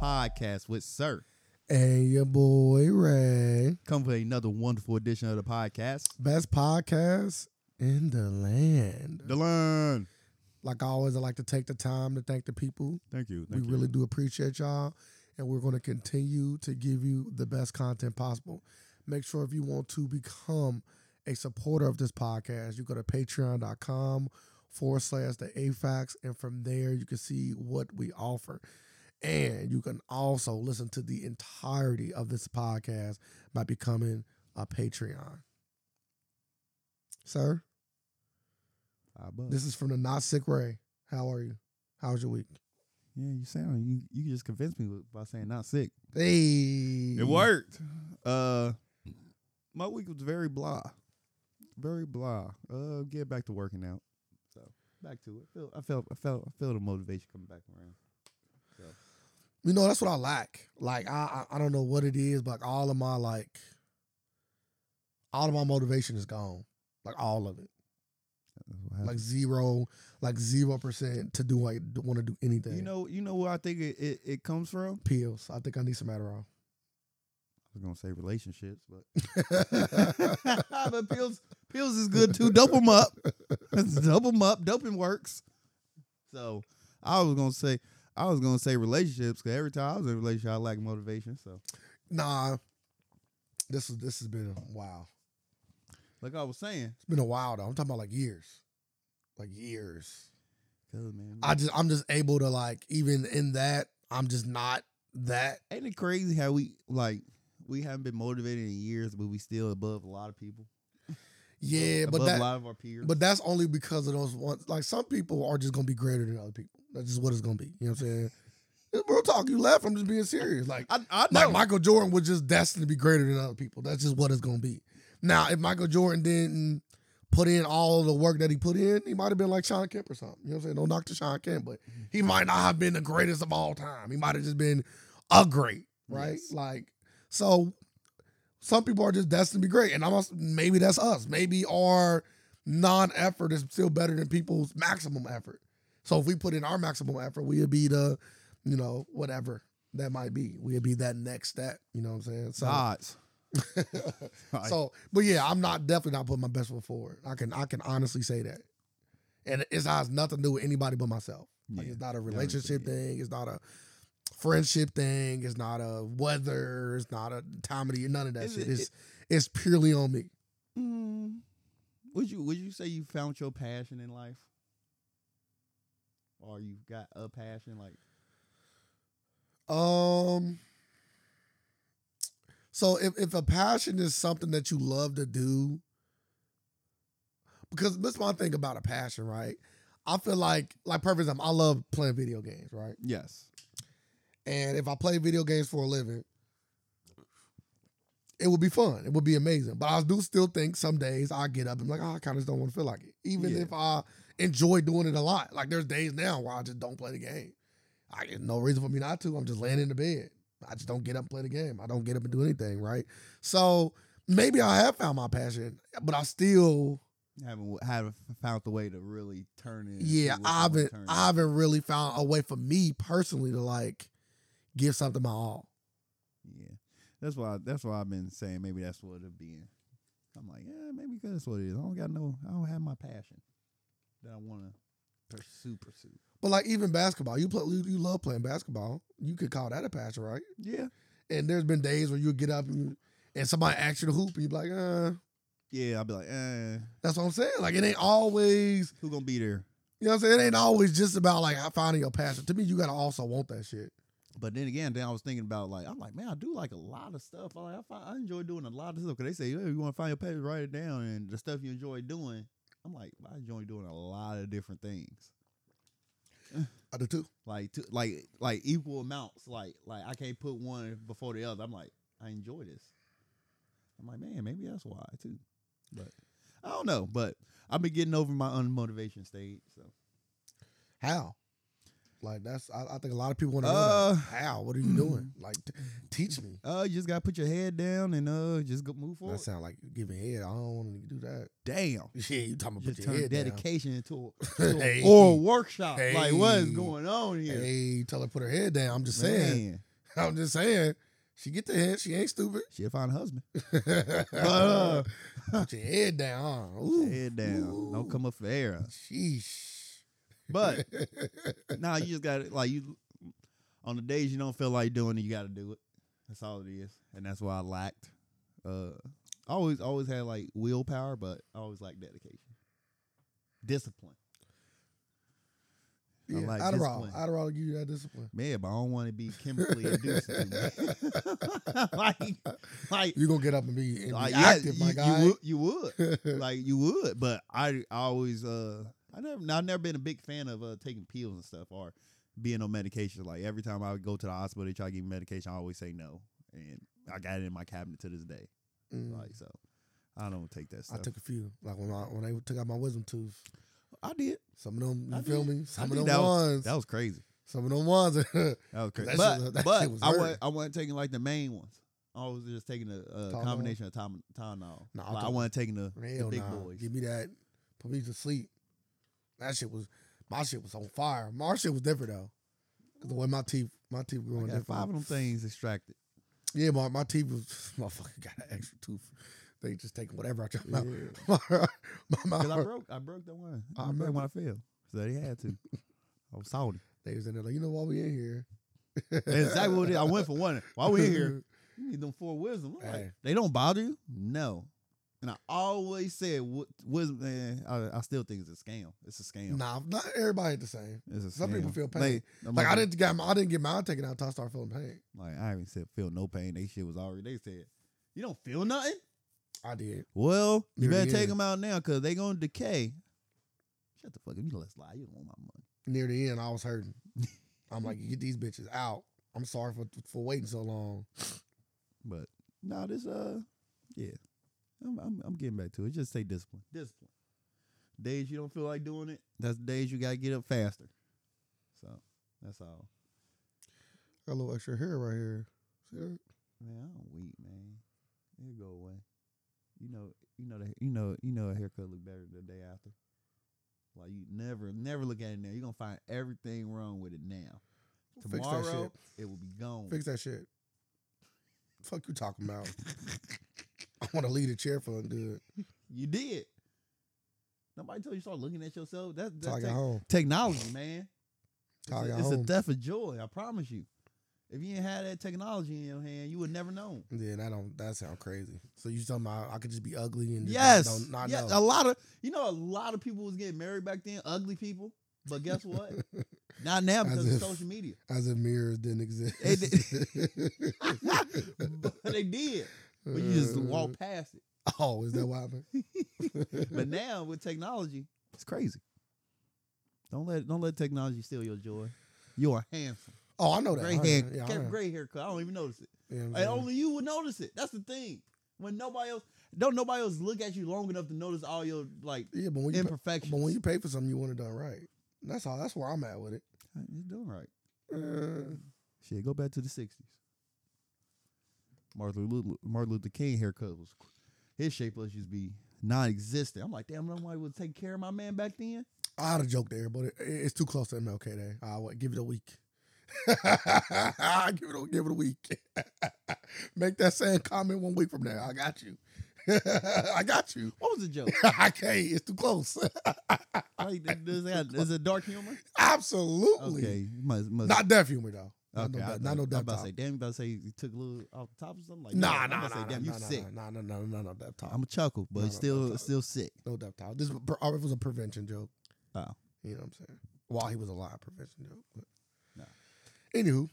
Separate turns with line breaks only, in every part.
podcast with Sir.
And your boy Ray.
Come for another wonderful edition of the podcast.
Best podcast in the land.
Delon.
Like always, I like to take the time to thank the people.
Thank you.
we really do appreciate y'all. And we're going to continue to give you the best content possible. Make sure if you want to become a supporter of this podcast, you go to patreon.com forward slash the AFAX. And from there, you can see what we offer. And you can also listen to the entirety of this podcast by becoming a Patreon. Sir? This is from the Not Sick Ray. How are you? How's your week?
yeah, you sound you you just convinced me with- by saying not sick.
Hey,
It worked. Uh my week was very blah. Very blah. Uh get back to working out. So back to it. Feel- I felt I felt I felt the motivation coming back around.
You know that's what I lack. Like I, I, I don't know what it is, but like all of my like, all of my motivation is gone. Like all of it.
That's what happened.
Like zero, like zero percent to do. Like want to do anything.
you know, you know where I think it, it, it comes from?
pills. I think I need some Adderall.
I was gonna say relationships, but but pills, pills is good too. Dope them up, double them up. Doping works. So I was gonna say, I was gonna say relationships because every time I was in a relationship, I lacked motivation. So
nah, this is this has been a while.
like I was saying,
It's been a while though. I'm talking about like years, like years.
cause man,
I just I'm just able to like even in that I'm just not that.
ain't it crazy how we like we haven't been motivated in years, but we still above a lot of people,
Yeah, but
above
that
a lot of our peers.
But that's only because of those ones. Like some people are just gonna be greater than other people. That's just what it's gonna be. You know what I'm saying? It's real talk. You laugh. I'm just being serious. Like,
I, I know.
like Michael Jordan was just destined to be greater than other people. That's just what it's gonna be. Now, if Michael Jordan didn't put in all the work that he put in, he might have been like Sean Kemp or something. You know what I'm saying? No knock to Sean Kemp, but
Mm-hmm.
he might not have been the greatest of all time. He might have just been a great, right?
Yes.
Like, so some people are just destined to be great. And I must maybe that's us. Maybe our non-effort is still better than people's maximum effort. So if we put in our maximum effort, we'll be the, you know, whatever that might be. We'll be that next step. You know what I'm saying? So
odds.
so, but yeah, I'm not definitely not putting my best foot forward. I can I can honestly say that, and it has nothing to do with anybody but myself. Like
Yeah.
it's not a
I
relationship
understand.
thing. It's not a friendship thing. It's not a weather. It's not a time of the year. None of that
Is
shit.
it-
it's it's purely on me.
Mm, would you would you say you found your passion in life, or you got a passion like?
Um. So if if a passion is something that you love to do, because that's one thing about a passion, right? I feel like like perfect example, I love playing video games, right?
Yes.
And if I play video games for a living, it would be fun. It would be amazing. But I do still think some days I get up and like, oh, I kind of just don't want to feel like it. Even
Yeah.
if I enjoy doing it a lot. Like there's days now where I just don't play the game. I get no reason for me not to. I'm just laying in the bed. I just don't get up and play the game. I don't get up and do anything, right? So maybe I have found my passion, but I still
Haven't haven't found the way to really turn in.
yeah, I haven't I haven't really found a way for me personally to like give something my all.
Yeah, that's why that's why I've been saying maybe that's what it being. I'm like, yeah, maybe that's what it is. I don't got no. I don't have my passion that I want to pursue. Pursue.
But like even basketball, you play, you, you love playing basketball. You could call that a passion, right?
Yeah.
And there's been days where you get up and, and somebody asks you to hoop, and you be like, uh,
Yeah. I'll be like, eh,
that's what I'm saying. Like it ain't always,
who gonna be there?
you know, what I'm saying it ain't always just about like finding your passion. To me, you gotta also want that shit.
But then again, then I was thinking about like I'm like, man, I do like a lot of stuff. I like I, find, I enjoy doing a lot of stuff because they say, hey, you want to find your passion, write it down, and the stuff you enjoy doing. I'm like, I enjoy doing a lot of different things,
I do too.
like to, like like equal amounts. Like like I can't put one before the other. I'm like, I enjoy this. I'm like, man, maybe that's why too. But I don't know. But I've been getting over my unmotivation stage. So
How? Like that's I, I think a lot of people want to know
Uh, mm.
that. how. What are you doing? Like t- teach me.
uh, you just gotta put your head down and uh, just go move forward.
That sound like you giving head. I don't want to do that.
Damn.
Yeah, you talking about
just
put your
turn
head down.
dedication into a, to a
Hey.
oral workshop. Like, what is
Hey.
going on here?
Hey, tell her to put her head down. I'm just saying.
Man.
I'm just saying, she get the hint. She ain't stupid.
She'll find a husband.
but,
uh,
put your head down. huh? Ooh,
Head down. Don't come up for air.
Sheesh.
But now you just got to like you on the days you don't feel like doing it, you got to do it. That's all it is, and that's why I lacked. Uh, I always always had like willpower, but I always like dedication, discipline.
yeah,
like
Adderall.
discipline.
Adderall give you that discipline.
Man, but I don't want to be chemically induced. to me. like, like,
You gonna get up and be, and be
like, Uh, yeah,
active, my
you-
guy.
You would, you would. like you would, but I, I always uh I never I've never been a big fan of uh taking pills and stuff or being on medication. Like every time I would go to the hospital, they try to give me medication, I always say no, and I got it in my cabinet to this day.
Mm.
Like so, I don't take that
I
stuff.
took a few. Like when I when I took out my wisdom tooth.
I did.
Some of them, you
I
feel
did.
me? Some
did.
of them
That was-
ones.
That was crazy.
some of them ones.
That was crazy.
that shit
but
was- that
but
shit was
I
hurting.
wasn't I wasn't taking like the main ones. I was just taking a, uh
Tylenol?
combination of Tylen- Tylenol.
Nah, I
Like, I
took-
wasn't taking the, the
Hell
big
nah.
boys.
Give me that. Put me to sleep. That shit was my shit was on fire. My shit was different though. 'Cause the way my teeth my teeth
I
growing
got
different.
five of them things extracted.
Yeah, my, my teeth was motherfucker got an extra tooth. They just taking whatever out your mouth.
Yeah.
My, my
Because I
mouth.
broke, I broke the one.
I
I remember when I failed, so they had to. I was salty.
They was in there like, you know why we in here?
That's exactly what it is. I went for one. Why we in here? You need them four wisdom. I'm like,
Hey.
they don't bother you? No. And I always said wi- wisdom. Man, I, I still think it's a scam. It's a scam.
Nah, not everybody the same.
It's a
some people
scam.
feel pain.
I'm
Like I didn't get my, I didn't get mine taken out until I started feeling pain.
Like I even said, feel no pain. They shit was already. They said, you don't feel nothing.
I did.
Well, you
Here it
better take
is.
them out now because they gonna decay. Shut the fuck up. You let's lie. You don't want my money.
Near the end, I was hurting. I'm like, get these bitches out. I'm sorry for for waiting so long.
But no, this uh, yeah, I'm, I'm I'm getting back to it. Just say discipline, discipline. Days you don't feel like doing it, that's the days you gotta get up faster. So that's all.
Got a little extra hair right here. See that?
Man, I'm weak, man. It'll go away. You know, you know that you know you know a haircut look better the day after. Like you never never look at it now. You're gonna find everything wrong with it now.
Fix that shit.
Tomorrow it will be gone.
Fix that shit. Fuck you talking about. I want to leave the chair feeling good
You did. Nobody told you start looking at yourself. That's,
till I
that's
get home.
technology, man. It's,
Till I
a,
get
it's a
home.
death of joy. I promise you. If you ain't had that technology in your hand, you would never know.
Yeah, that don't that sound crazy. So you talking about I could just be ugly and just
Yes,
don't not
yes. A
know.
lot of you know, a lot of people was getting married back then. Ugly people, but guess what? Not now
As
because of
if.
social media.
As if mirrors didn't exist.
They but they did. But you just walk past it.
Oh, is that what happened?
But now with technology, it's crazy. Don't let don't let technology steal your joy. You are handsome.
oh, I know that.
Gray
I know.
hair,
Yeah, I
kept
know.
gray haircut. I don't even notice it.
Yeah, I'm
And
saying.
only you would notice it. That's the thing. When nobody else don't nobody else look at you long enough to notice all your like
yeah, but when you
imperfections.
But when you pay for something, you want it done right. That's all. That's where I'm at with it.
you doing right.
Uh,
Shit, go back to the sixties. Martin Luther, Martin Luther King haircut was his shape was used to be non-existent. I'm like, damn, nobody would take care of my man back then.
I had a joke there, but it, it's too close to MLK Day. I would give it a week. give it a give it a week. Make that same comment one week from now. I got you. I got you.
What was the joke?
I can't. It's too close.
like, th- does that, is it dark humor?
Absolutely.
Okay, you must, must,
Not deaf humor though. Not
okay,
no,
I
deaf-
know.
not no
I'm
deaf
about to
top.
say, damn, you about to say you took a little off the top or something like,
Nah,
I'm
nah,
about to
nah,
say, damn, you
nah,
sick.
nah, nah, nah, nah, nah, deaf top.
I'm a chuckle, but
Nah,
it's
nah,
still,
nah.
still sick.
No doubt, Tyler. This was, or it was a prevention joke.
Oh.
You know what I'm saying? While he was alive, prevention joke. But.
Nah.
Anywho,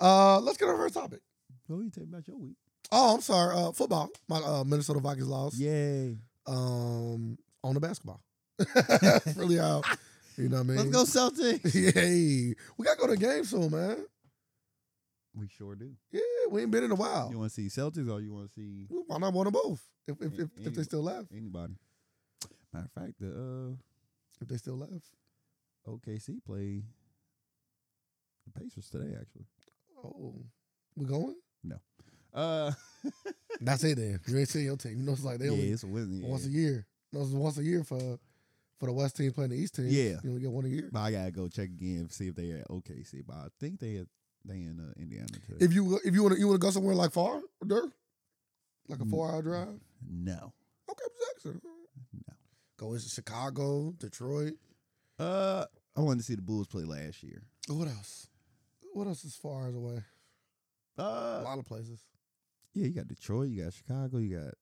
uh, let's get our first topic.
What you tell me about your week?
Oh, I'm sorry. Uh, football. My uh, Minnesota Vikings lost.
Yay!
Um, on the basketball. really out. You know what
Let's
I mean?
go Celtics.
Yay. We gotta go to the game soon, man.
we sure do.
Yeah, we ain't been in a
You
while.
want to see Celtics or you want to see
We might not want them both. If if, if, if they
Anyway.
still left.
anybody? Matter of fact, the
If they still left.
uh, OKC played the Pacers today, actually.
Oh. We going?
Uh,
That's it then. You ain't seeing your team. You know it's like they
yeah,
only
it's a Wednesday.
once a
yeah.
year. No, it's once a year for for the West team playing the East team.
Yeah.
you only get one a year.
But I gotta go check again see if they at OKC. But I think they at They in uh, Indiana too.
If you if you want to you want to go somewhere like far, dirt, like a
Mm.
four hour drive.
no.
Okay, Jackson. Go to Chicago, Detroit.
Uh, I wanted to see the Bulls play last year.
What else? What else is far as away? A
Uh,
lot of places.
yeah, you got Detroit, you got Chicago, you got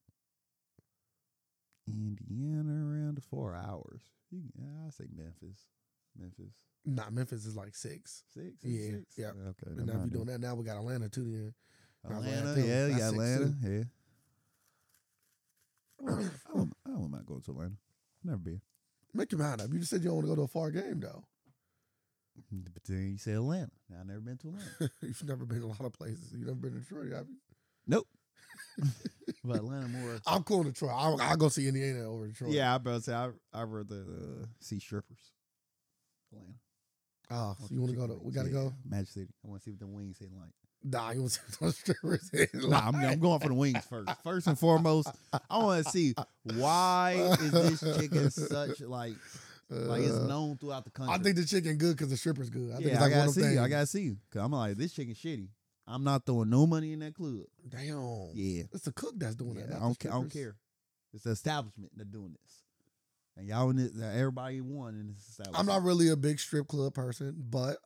Indiana around four hours. You, I say Memphis, Memphis
Nah, Memphis is like six.
six. is
Yeah,
six?
yeah.
Okay,
And now if
nevermind
you're doing
then.
that, now we got Atlanta too. Then Now Atlanta,
Atlanta,
too.
yeah, you
That's
got
six,
Atlanta, yeah. I wouldn't- I wouldn't- I wouldn't mind going to Atlanta. Never been.
make your mind up. You just said you don't want to go to a far game though.
But then you say Atlanta. Now I've never been to Atlanta.
You've never been to a lot of places. You've never been to Detroit. Have you?
but Atlanta more.
I'm cool in Detroit. I'll, I'll go see Indiana over Detroit.
Yeah, I about to say I I rather uh, see strippers. Atlanta.
Oh, so you want to go to? We gotta
Yeah,
go.
Magic City. I want to see what the wings hit like.
Nah, you want to see those strippers? in
Nah, I'm,
line?
I'm going for the wings first. First and foremost, I want to see why is this chicken such like like it's
Uh,
known throughout the country.
I think the chicken good because the stripper's good. I think it's
yeah,
like
I gotta
one of them
see. I
things.
gotta see. Cause I'm like this chicken shitty. I'm not throwing no money in that club.
Damn.
Yeah,
It's the cook that's doing
Yeah,
that.
I
not
don't, ca-
the
I don't
strippers.
care. It's the establishment that's doing this, and y'all in this, everybody won in this establishment.
I'm not really a big strip club person, but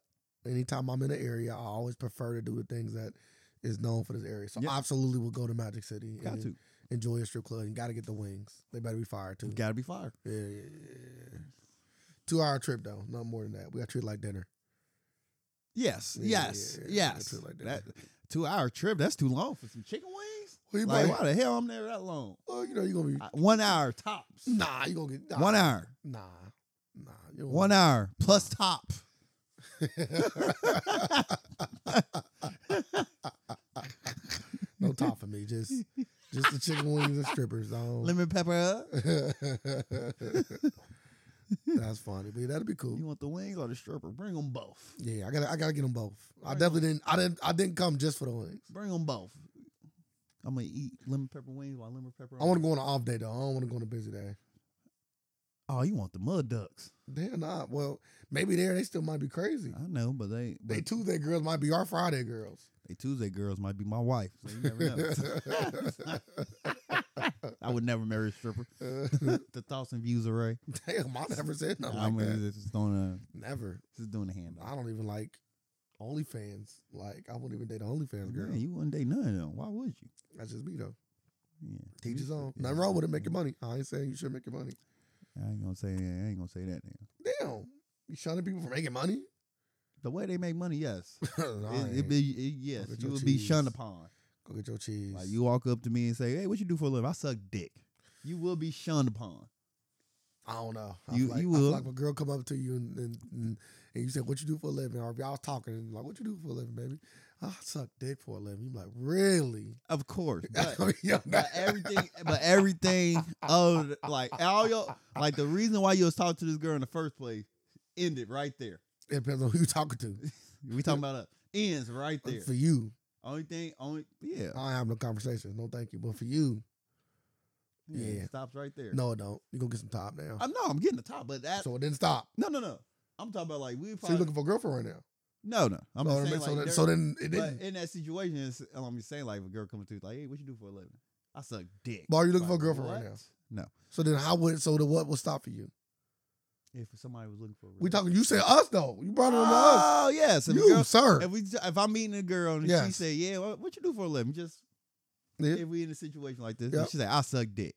anytime I'm in an area, I always prefer to do the things that is known for this area. So
Yeah.
I absolutely will go to Magic City
got
and
to
enjoy a strip club. And got to get the wings. They better be fired too.
got to be fired.
Yeah, yeah, yeah, yeah. Two hour trip though, not more than that. We got treated like dinner.
Yes,
Yeah, yeah,
yes,
yeah, yeah,
yes.
true like
that
that.
two hour trip. That's too long for some chicken wings.
Well, you
Like,
might-
why the hell I'm there that long?
well, you know you're gonna be
I- Uh, One hour tops.
nah. You're gonna get nah,
One hour.
Nah, nah. You
One hour plus top.
no top for me. Just just the chicken wings and strippers. dog.
Lemon pepper.
That's funny, but that'd be cool.
You want the wings or the stripper? Bring them both.
Yeah, I gotta, I gotta get them both. I
Right
definitely didn't, I didn't, I didn't come just for the wings.
Bring them both. I'm gonna eat lemon pepper wings while lemon pepper.
I want to go on an off day though. I don't want to go on a busy day.
Oh, you want the mud ducks?
They're not. Well, maybe there they still might be crazy.
I know, but they Uh, but
They Tuesday girls might be our Friday girls.
they Tuesday girls might be my wife. So you never know. I would never marry a stripper. the thoughts and views array.
Damn, I never said nothing
I'm
like
gonna
that.
just doing a
Never.
just doing a hand.
I don't even like OnlyFans. Like I wouldn't even date an OnlyFans girl.
Man, you wouldn't date none of them. Why would you?
That's just me though.
Yeah.
Teach his own.
Yeah.
Nothing wrong with it. Making money. I ain't saying you should make your money.
I ain't gonna say. I ain't gonna say that. Now.
Damn, you shunning people for making money?
The way they make money, yes,
Nah,
it,
ain't.
it be it, yes,
Look at
you
your
would be shunned
cheese.
upon.
Go get your cheese.
Like you walk up to me and say, "Hey, what you do for a living?" I suck dick. You will be shunned upon.
I don't know. I
You-
feel like,
you
I feel
will.
like if a girl come up to you and and, and and you said, "What you do for a living?" Or if y'all was talking, and like, "What you do for a living, baby?" I suck dick for a living. You like really?
Of course, but,
I mean, yo,
but everything, but everything of the- like all your like the reason why you was talking to this girl in the first place ended right there.
it depends on who you talking to.
We talking about it ends right there.
For you,
Only thing, only yeah,
I don't have no conversations. No, thank you. But for you,
yeah,
yeah.
It stops right there.
no, it don't. You gonna get some top now.
I know I'm getting the top, but that
so it didn't stop.
no, no, no. I'm talking about like we
So you're
probably
looking for a girlfriend right now.
no, no. I'm
so,
just saying,
then,
like,
so, then,
there-
so then it
But
didn't.
in that situation, it's, I'm just saying, like, if a girl coming to you, like, hey, what you do for a living? I suck dick.
But are you looking
Like,
for a girlfriend right
what?
so then how would so the what would stop for you?
No. If somebody was looking for a
We
relationship.
talking. You said us though. You brought it on to us.
Oh, yes. If, a
you
girl,
sir.
if, we, if I'm meeting a girl and she
Yes.
say, yeah, what, what you do for a living? Just,
Yeah.
if we in a situation like this,
Yep.
and she say, I suck dick.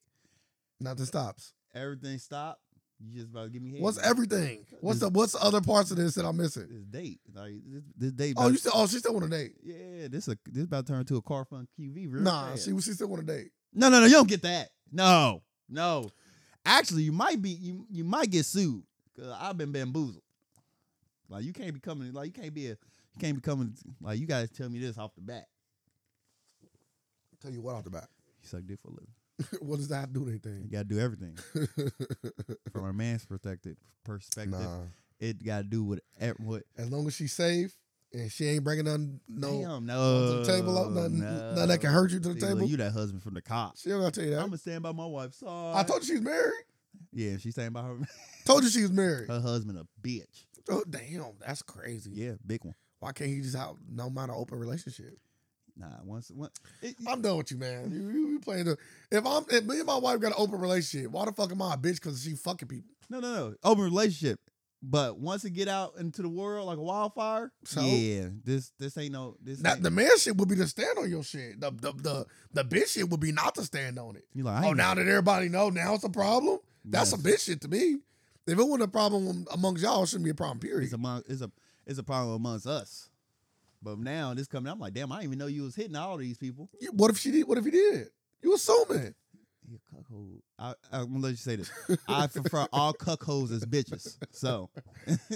Nothing stops.
Everything stop. You just about to give me head.
What's everything? What's
This-
the what's the other parts of this that I'm missing?
This date. Like, this, this date.
Oh,
about-
you still oh she still want a date?
yeah, this a this about to turn into a car fun QV. Real
Nah,
fast.
she she still want a date.
No, no, no. You don't get that. No, no. Actually, you might be you you might get sued because I've been bamboozled. Like you can't be coming. Like you can't be a you can't be coming. Like you guys tell me this off the bat.
Tell you what off the bat.
You suck dick for a living.
what does that have to do with
You
anything?
gotta do everything from a man's perspective. Perspective,
nah.
it gotta do with ev- what.
As long as she's safe and she ain't bringing nothing no
Damn, no.
to the table, oh, nothing- nothing that can hurt you to the
See, look,
table.
You that husband from the cops.
she don't gotta tell you that.
I'm gonna stand by my wife. Sorry.
I told you she's married.
Yeah, she's standing by her. Uh,
Told you she was married.
Her husband a bitch.
oh damn, that's crazy.
Yeah, big one.
Why can't he just have no mind an open relationship?
Nah, once one, it,
I'm done with you, man. You, you, you playing the if I'm if me and my wife got an open relationship, why the fuck am I a bitch because she fucking people?
no, no, no, open relationship. But once it get out into the world like a wildfire,
So?
yeah, this this ain't no this.
Not
ain't-
the man shit would be to stand on your shit. The the the, the bitch shit would be not to stand on it.
you like, I
Oh,
ain't
now that everybody know, now it's a problem.
Yes.
That's some bitch shit to me. If it wasn't a problem amongst y'all, it shouldn't be a problem.
it's
Period.
among it's a it's a problem amongst us. But now this coming, I'm like, damn, I didn't even know you was hitting all these people.
You- what if she did? What if he did? You assuming?
You're a cuckold. I, I'm gonna let you say this. I prefer all cuckolds as bitches. So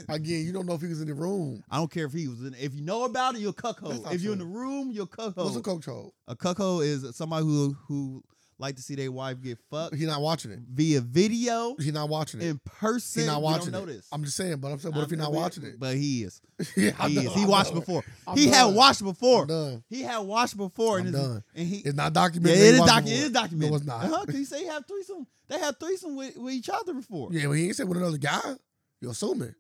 Again, you don't know if he was in the room.
I don't care if he was in. If you know about it, you're a
That's
cuckold.
not
If you're in the
true.
room, you're a cuckold.
What's a coach hold?
A cuckold is somebody who who like to see their wife get fucked
He not watching it.
via video
He not watching it.
in person.
He not watching
we don't know
it.
this.
I'm just saying, but I'm saying, what if he
I'm-
not
we-
watching it?
But he is.
yeah, I
He
know,
is.
I
He watched
know.
before.
I'm
he
done.
had watched before.
I'm done.
He had watched before.
I'm
and, it's-
done.
and he
It's not
yeah,
documented.
it is,
He watched
docu- it
before.
is documented.
No, it's not.
Uh-huh, 'cause he say he have threesome. They had threesome with, with each other before.
Yeah, but he ain't said with another guy. You assuming?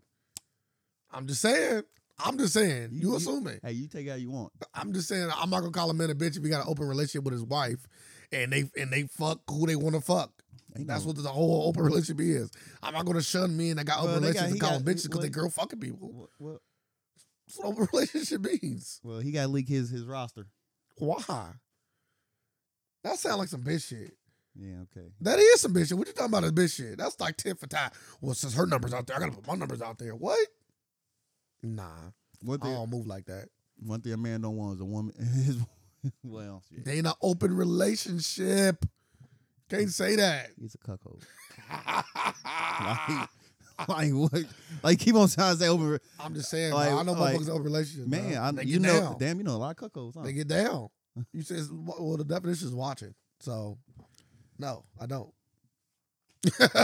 I'm just saying. I'm just saying.
You-
You
you-
assuming?
Hey, you take it how you want.
I'm just saying. I'm not gonna call a man a bitch if he got an open relationship with his wife, and they and they fuck who they want to fuck.
Ain't
That's
no-
what the whole open relationship is. I'm not gonna shun men that got
Well,
open
they got-
relationships
he
and call
got-
them bitches because
what-
they girl fucking people.
Well, well,
That's what open relationship means.
well, he got to leak his his roster.
Why? That sounds like some bitch shit.
Yeah, okay.
That is some bitch shit. What you talking about is bitch shit. That's like tit for tat. Well, since her number's out there, I gotta put my numbers out there. What? Nah.
One
I
thing,
don't move like that.
one thing a man don't want is a woman. His, well, shit.
They in an open relationship. Can't say that.
he's a cuckold. Like, like what? Like keep on trying to say over.
I'm just saying,
Like-
bro, I know
like,
motherfuckers in open relationships.
Man,
bro.
I,
They
you
get
know,
down.
damn, you know a lot of cuckolds. Huh?
They get down. You says, well, the definition is watching. So, no, I don't.
Watching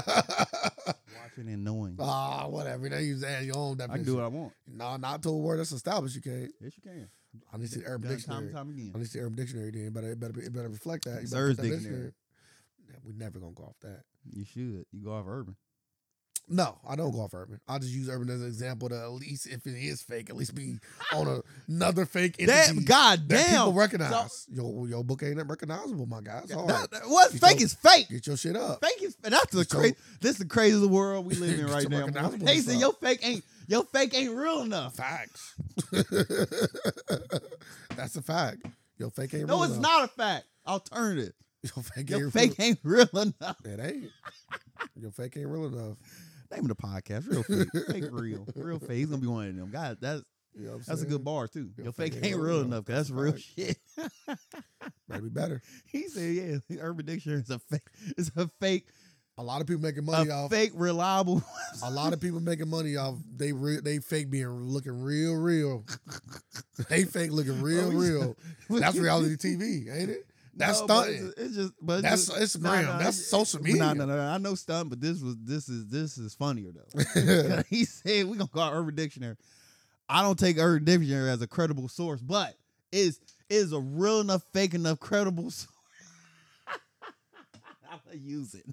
and knowing.
Ah, whatever. They use that your own
I can
definition.
do what I want.
No, not to a word that's established. You can't.
Yes, you can.
I need to see the Urban
Done time
Dictionary.
and time again.
I need to see the Urban Dictionary. Then, but it better, be- it better reflect that. You better
Sir's
put that
Dictionary.
Yeah, We never gonna go off that.
You should. You go off urban.
No, I don't go off urban. I just use urban as an example to at least, if it is fake, at least be on a, another fake entity
Damn, god
that people
damn.
recognize. your your book ain't recognizable, my guy. It's hard.
That- that- What's
You
fake
don't-
is fake.
Get your shit up.
Fake is that's the
So-
crazy. This the craziest world we live in
Get
right
your
now.
recognizable
They say
stuff.
your fake ain't your fake ain't real enough.
Facts. That's a fact. Your fake ain't
No,
real
it's
enough.
not a fact. Alternative.
Your fake
Your
ain't
fake ain't real enough.
real. It ain't. Your fake ain't real enough.
Name of the podcast, real fake, fake real, real fake. He's gonna be one of them. God, that's
You know what I'm
that's a
saying?
good bar too.
Your
Your fake ain't real enough. 'cause That's real
Right.
shit.
Might be better.
He said, "Yeah, the Urban Dictionary is a fake. It's a fake,
A lot of people making money
a
off.
fake reliable.
A lot of people making money off. They re- they fake being looking real, real. they fake looking real,
Oh, we-
real. Uh, That's reality TV, ain't it? That's
No, but
stunting.
It's, it's just, but
That's
just,
it's
Nah,
real.
nah,
That's
it's-
social media.
No, no, no, no. I know stunt, but this was this is this is funnier though. 'Cause he said we're gonna call it Urban Dictionary. I don't take Urban Dictionary as a credible source, but is is a real enough, fake enough, credible source. I'm gonna use it.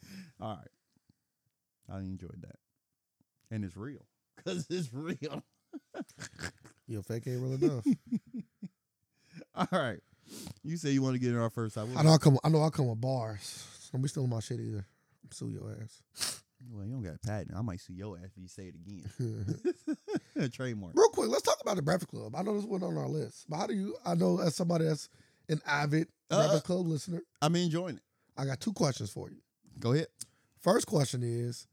All right. I enjoyed that. And it's real. Cause it's real.
Your fake ain't real enough.
All right. You say you want to get in our first time.
I know I come. I know I come with bars. Don't be stealing my shit either. Sue your ass.
Well, you don't got a patent. I might sue your ass if you say it again. Trademark.
Real quick, let's talk about the Breakfast Club. I know this wasn't on our list, but how do you? I know as somebody that's an avid
Uh,
Breakfast Club listener,
I'm enjoying it.
I got two questions for you.
Go ahead.
First question is,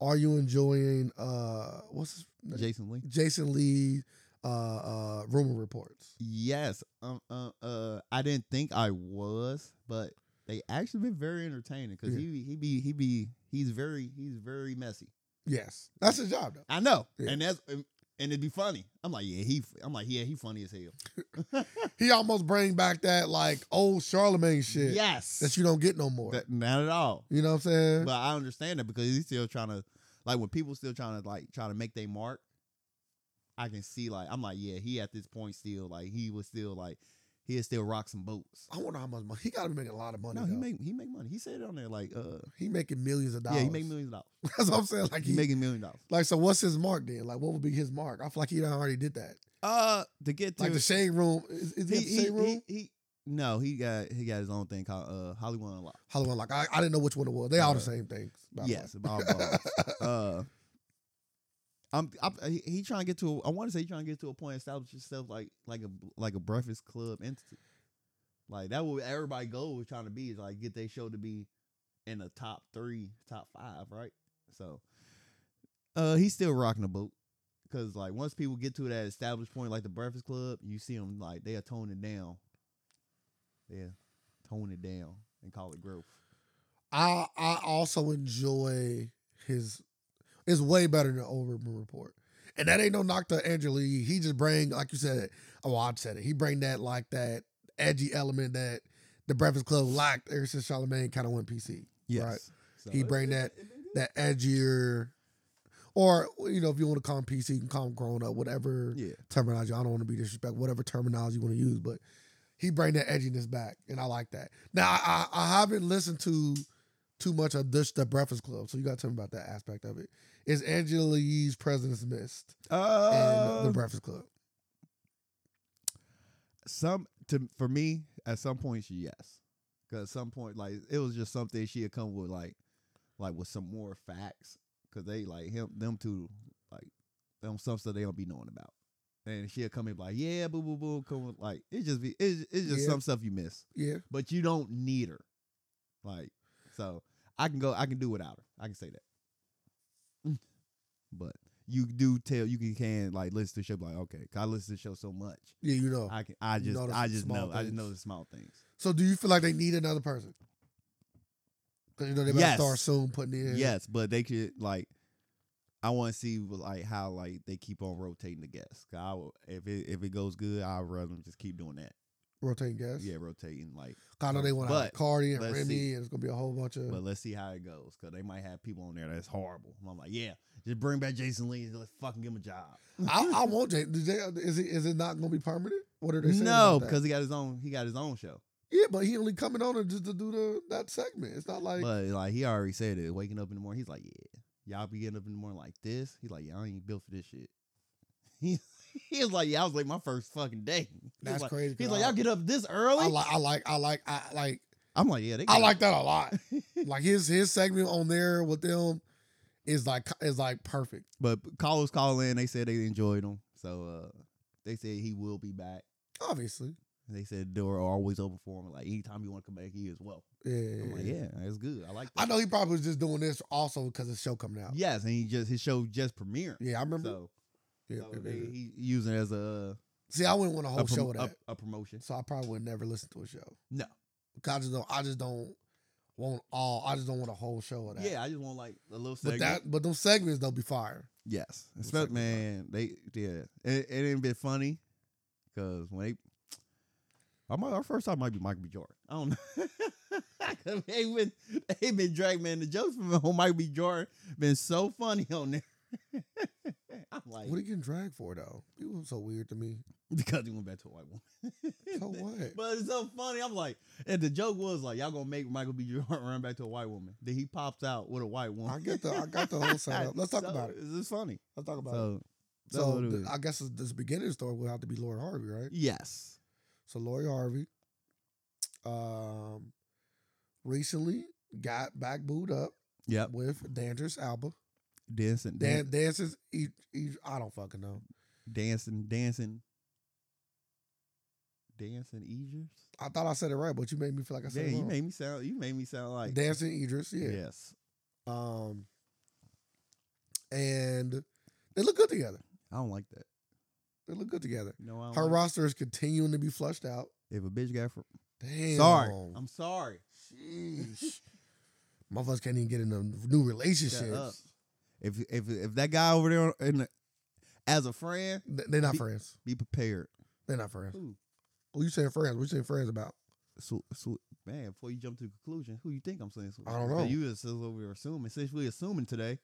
are you enjoying uh what's his name?
Jason Lee.
Jason Lee uh, uh rumor reports?
Yes. Um, uh, uh, I didn't think I was, but they actually been very entertaining because
Yeah.
he he be he be he's very he's very messy.
Yes, that's his job though.
I know,
Yeah.
and that's and, and it'd be funny. I'm like, yeah, he. I'm like, yeah, he funny as hell.
He almost bring back that like old Charlemagne shit
Yes,
that you don't get no more.
That- not at all.
you know what I'm saying?
But I understand it because he's still trying to like when people still trying to like try to make their mark. I can see like I'm like yeah he at this point still like he was still like he'll still rock some boats.
I wonder how much money he got to be making a lot of money.
No, he
though.
make he make money. He said it on there like uh
he making millions of dollars.
yeah, he make millions of dollars.
That's what I'm saying. Like
He,
he,
making million dollars.
like so. What's his mark then? Like what would be his mark? I feel like he done already did that.
Uh to get to
Like the shade room. Is, is he,
he,
at the shade
he,
room?
he, he- no, he got he got his own thing called uh Hollywood Unlocked.
Halloween. Like I, I didn't know which one it was. They all the
Uh,
same things. by the way.
Yes, about balls. uh I'm, I'm he, he trying to get to a, I want to say he trying to get to a point and establish himself like like a like a breakfast club entity. Like that what everybody goal was trying to be is like get their show to be in the top 3, top 5, right? So uh he's still rocking the boat cuz like once people get to that established point like the breakfast club, you see them like they are toning down. Yeah. Tone it down and call it growth.
I I also enjoy his. It's way better than Overman Report, and that ain't no knock to Andrew Lee. He just bring like you said. Oh, I said it. He bring that like that edgy element that the Breakfast Club lacked ever since Charlemagne kind of went PC.
Yes.
Right.
So
He
it-
bring
it-
that-
it been good.
That edgier, or you know, if you want to call him PC, you can call him grown up, whatever
Yeah.
terminology. I don't want to be disrespectful, whatever terminology you want to use, but he bring that edginess back, and I like that. Now I, I, I haven't listened to too much of this the Breakfast Club, so you got to tell me about that aspect of it. Is Angela Yee's President's Mist and the
Uh,
Breakfast Club?
some to for me at some point she yes, because at some point like it was just something she had come with like, like with some more facts because they like him them two like them some stuff they don't be knowing about, and she'll come in like yeah boo boo boo come with, like it just be it's, it's just
Yeah.
some stuff you miss
Yeah,
but you don't need her, like so I can go I can do without her I can say that, but you do tell you can, can like listen to show like okay 'cause I listen to the show so much.
yeah, you know.
I can. I
You
just.
notice
I
the
just
small
know. I just
things.
know the small things.
so do you feel like they need another person? Because you know they about to
Yes.
start soon putting in.
Yes, but they could like. I want to see like how like they keep on rotating the guests. 'Cause I will, if it if it goes good, I'd rather them just keep doing that.
rotating guests.
Yeah, rotating like.
'Cause I know they want to have
But,
Cardi and
let's
Remy,
see.
and it's gonna be a whole bunch of.
But let's see how it goes because they might have people on there that's horrible. And I'm like, yeah, just bring back Jason Lee. and Let's fucking give him a job.
I, I want Jay. do Jay- Is it is it not gonna be permanent? What are they saying?
No,
about that?
because he got his own. He got his own show.
yeah, but he only coming on and just to do the that segment. It's not like
But like he already said it. Waking up in the morning, he's like, yeah, y'all be getting up in the morning like this. He's like, yeah, I ain't built for this shit. He, he was like, yeah, I was late my first fucking day. He was
that's
like,
crazy.
He's
'cause
like, y'all get up this early.
I like I like I like I like
I'm like, yeah, they.
I
got-
like that a lot. like his his segment on there with them is like is like perfect.
But callers call in. They said they enjoyed him, so uh, they said he will be back.
Obviously,
They said the door always open for him. Like anytime you want to come back, he is well.
yeah.
I'm like, yeah, that's good. I like. That.
I know he probably was just doing this also because his show coming out. Yeah,
Yes, and he just his show just premiered.
I remember.
So,
yeah,
so
yeah,
they,
yeah.
he using it as a
See, I wouldn't want a
a
whole
prom-
show of that,
a- a promotion.
so I probably would never listen to a show.
No.
'Cause I just don't. I just don't want all. I just don't want a whole show of that.
Yeah, I just want like a little
But
segment.
that, but them segments they'll be fire.
yes,
Looks
Especially,
like we are.
man, they yeah, it, it ain't been funny because when they, I might our first time might be Michael B. Jordan. I don't know. 'Cause they been they been dragging man the jokes from on Michael B. Jordan been so funny on there. I'm like
What are you getting dragged for though? You were so weird to me.
because he went back to a white woman.
So what?
But it's so funny. I'm like, and the joke was like, y'all gonna make Michael B. Jordan run back to a white woman. Then he pops out with a white woman.
I get the I got the whole setup. Let's talk
So,
about it.
It's funny.
Let's talk about it.
So, that's
So
what it
th-
is.
I guess it's- this beginning story would have to be Lori Harvey, right?
yes,
So Lori Harvey, um, recently got back booed up
yep.
with Dangerous Alba.
Dancing, dan-
Dan dances. E- e- I don't fucking know.
dancing, dancing, dancing. Idris.
I thought I said it right, but you made me feel like I said
Damn,
it
you
wrong.
made me sound. You made me sound like
Dancing Idris, yeah.
yes.
Um, and they look good together.
I don't like that.
They look good together.
No, I don't.
Her
like-
roster is continuing to be flushed out.
if a bitch got for
Damn.
sorry, I'm sorry.
Sheesh. Motherfuckers can't even get into new
Shut up.
relationships.
If if if that guy over there in the, as a friend,
Th- They're not
Be-
friends.
be prepared.
They're not friends.
Ooh,
Who you saying friends? What you saying friends about?
so so man, before you jump to a conclusion, who you think I'm saying? So,
I don't know.
You just is what we're assuming. Since we're assuming today,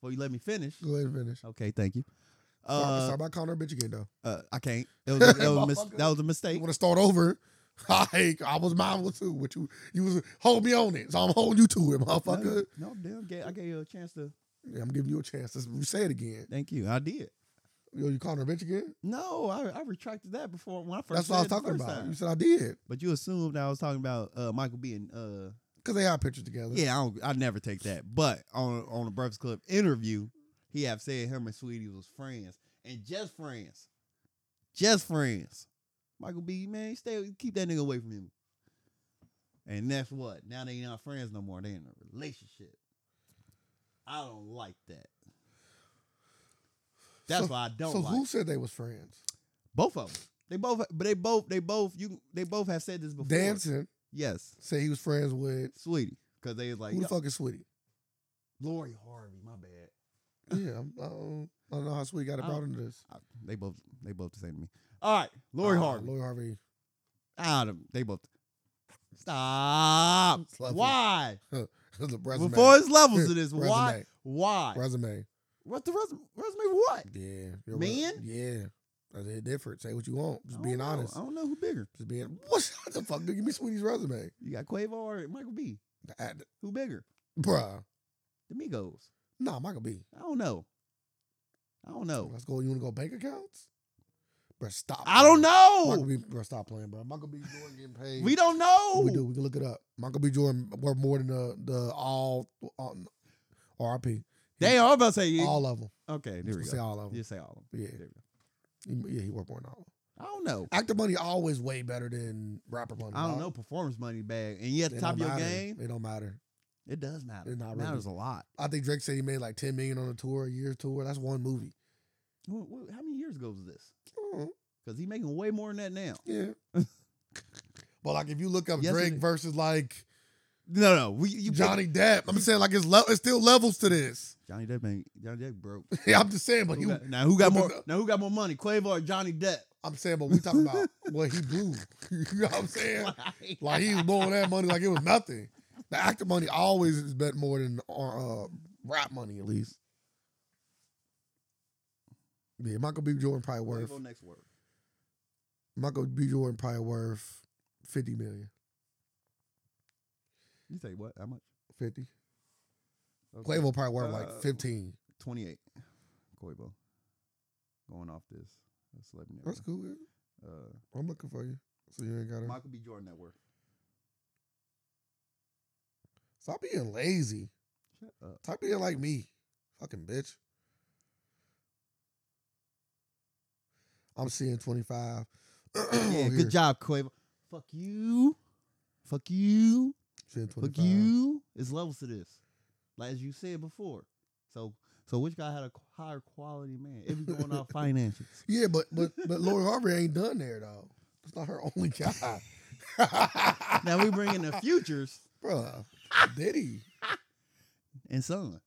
before you let me finish.
Go ahead and finish.
Okay, thank you.
Sorry,
Uh,
sorry about calling her a bitch again, though.
uh, I can't. It was, it was a mis- that was a
You
mistake.
want to start over? Like, I was mindful too, but you you was hold me on it, so I'm holding you to it, motherfucker.
No, no damn. Gave, I gave you a chance to.
Yeah, I'm giving you a chance to say it again.
Thank you. I did.
Yo, you calling her a bitch again?
No, I, I retracted that before when I first.
That's what
said
I was
it the
talking
first
about.
time.
You said I did
But you assumed I was talking about uh, Michael being. Uh,
because they had pictures together.
yeah, I don't. I never take that. But on on the Breakfast Club interview, he have said him and Sweetie was friends and just friends, just friends. Michael B. Man, stay keep that nigga away from him. And that's what. Now they not friends no more. They in a relationship. I don't like that. That's
So-
why I don't
So
like.
who said they was friends?
Both of them. They both, but they both, they both, you, they both have said this before.
Danson
Yes,
said he was friends with
sweetie, because they was like,
who the
yo,
fuck is Sweetie?
Lori Harvey. My bad.
Yeah, I'm- I don't, I don't know how Sweetie got it
I
brought into this.
I- they both, they both the same to me. All right, Lori
Ah,
Harvey.
Lori Harvey.
Out of they both. Stop.
Slap
Why?
the resume.
Before it's levels to this,
Resume.
why? Why?
Resume.
What the resume? Resume for what?
Yeah. your
Man?
yeah. That's it different. Say what you want.
I
Just
don't
being
know.
honest.
I don't know who bigger.
Just being what the fuck? Dude, give me Sweetie's resume.
You got Quavo or Michael B.
I-
Who bigger?
Bruh.
Domingos.
Nah, Michael B.
I don't know. I don't know.
Let's go. You wanna go bank accounts? Bruh, stop.
Oh. I don't
playing.
know.
Michael B. Bruh, stop playing, bro. Michael B. Jordan getting paid.
We don't know.
We do. We can look it up. Michael B. Jordan worth more than the the all, uh, all RP.
They are about to say you.
All of them.
okay, there we
Say
go.
all of them.
You say all of them.
Yeah.
There we go.
He- Yeah, he worth more than all of them.
I don't know.
Actor money always way better than rapper money.
I don't
dog.
know performance money bag, and you at
It
the top of
don't
your
matter.
game.
It don't matter.
It does matter.
It
It
not really.
matters a lot.
I think Drake said he made like ten million on a tour, a year tour. That's one movie.
Wh- wh- How many years ago was this?
Oh,
Because he making way more than that now.
yeah. but like if you look up
Yes, it
Drake
is.
versus like
No, no, we, you
Johnny Depp, I'm saying like it's le- it's still levels to this.
Johnny Depp ain't Johnny Depp broke.
yeah, I'm just saying, but
Who
you,
got- now who got
who
more?
got-
Now who got more money, Quavo or Johnny Depp?
I'm saying, but we talking about what he blew. you know what I'm saying?
Like-
Like he was blowing that money like it was nothing. The actor money always is bet more than uh, rap money at least. Yeah, Michael B. Jordan probably worth
Quavo next word.
Michael B. Jordan probably worth fifty million.
You say what? How much?
Fifty.
Okay.
Quavo probably worth
Uh,
like fifteen.
28. Quavo. Going off this. That's 11.
That's cool. yeah.
Uh,
I'm looking for you. So you ain't got it.
Michael B. Jordan net worth.
Stop being lazy.
Shut up.
Stop being like me. Fucking bitch. I'm seeing twenty five.
yeah, good job, Quavo. Fuck you. Fuck you.
Seeing twenty
Fuck
five.
you. It's levels to this. Like as you said before. So so which guy had a qu- higher quality man? If we going off finances.
Yeah, but but but Lori Harvey ain't done there though. That's not her only guy.
Now we bring in the futures
Bruh, Diddy.
and son.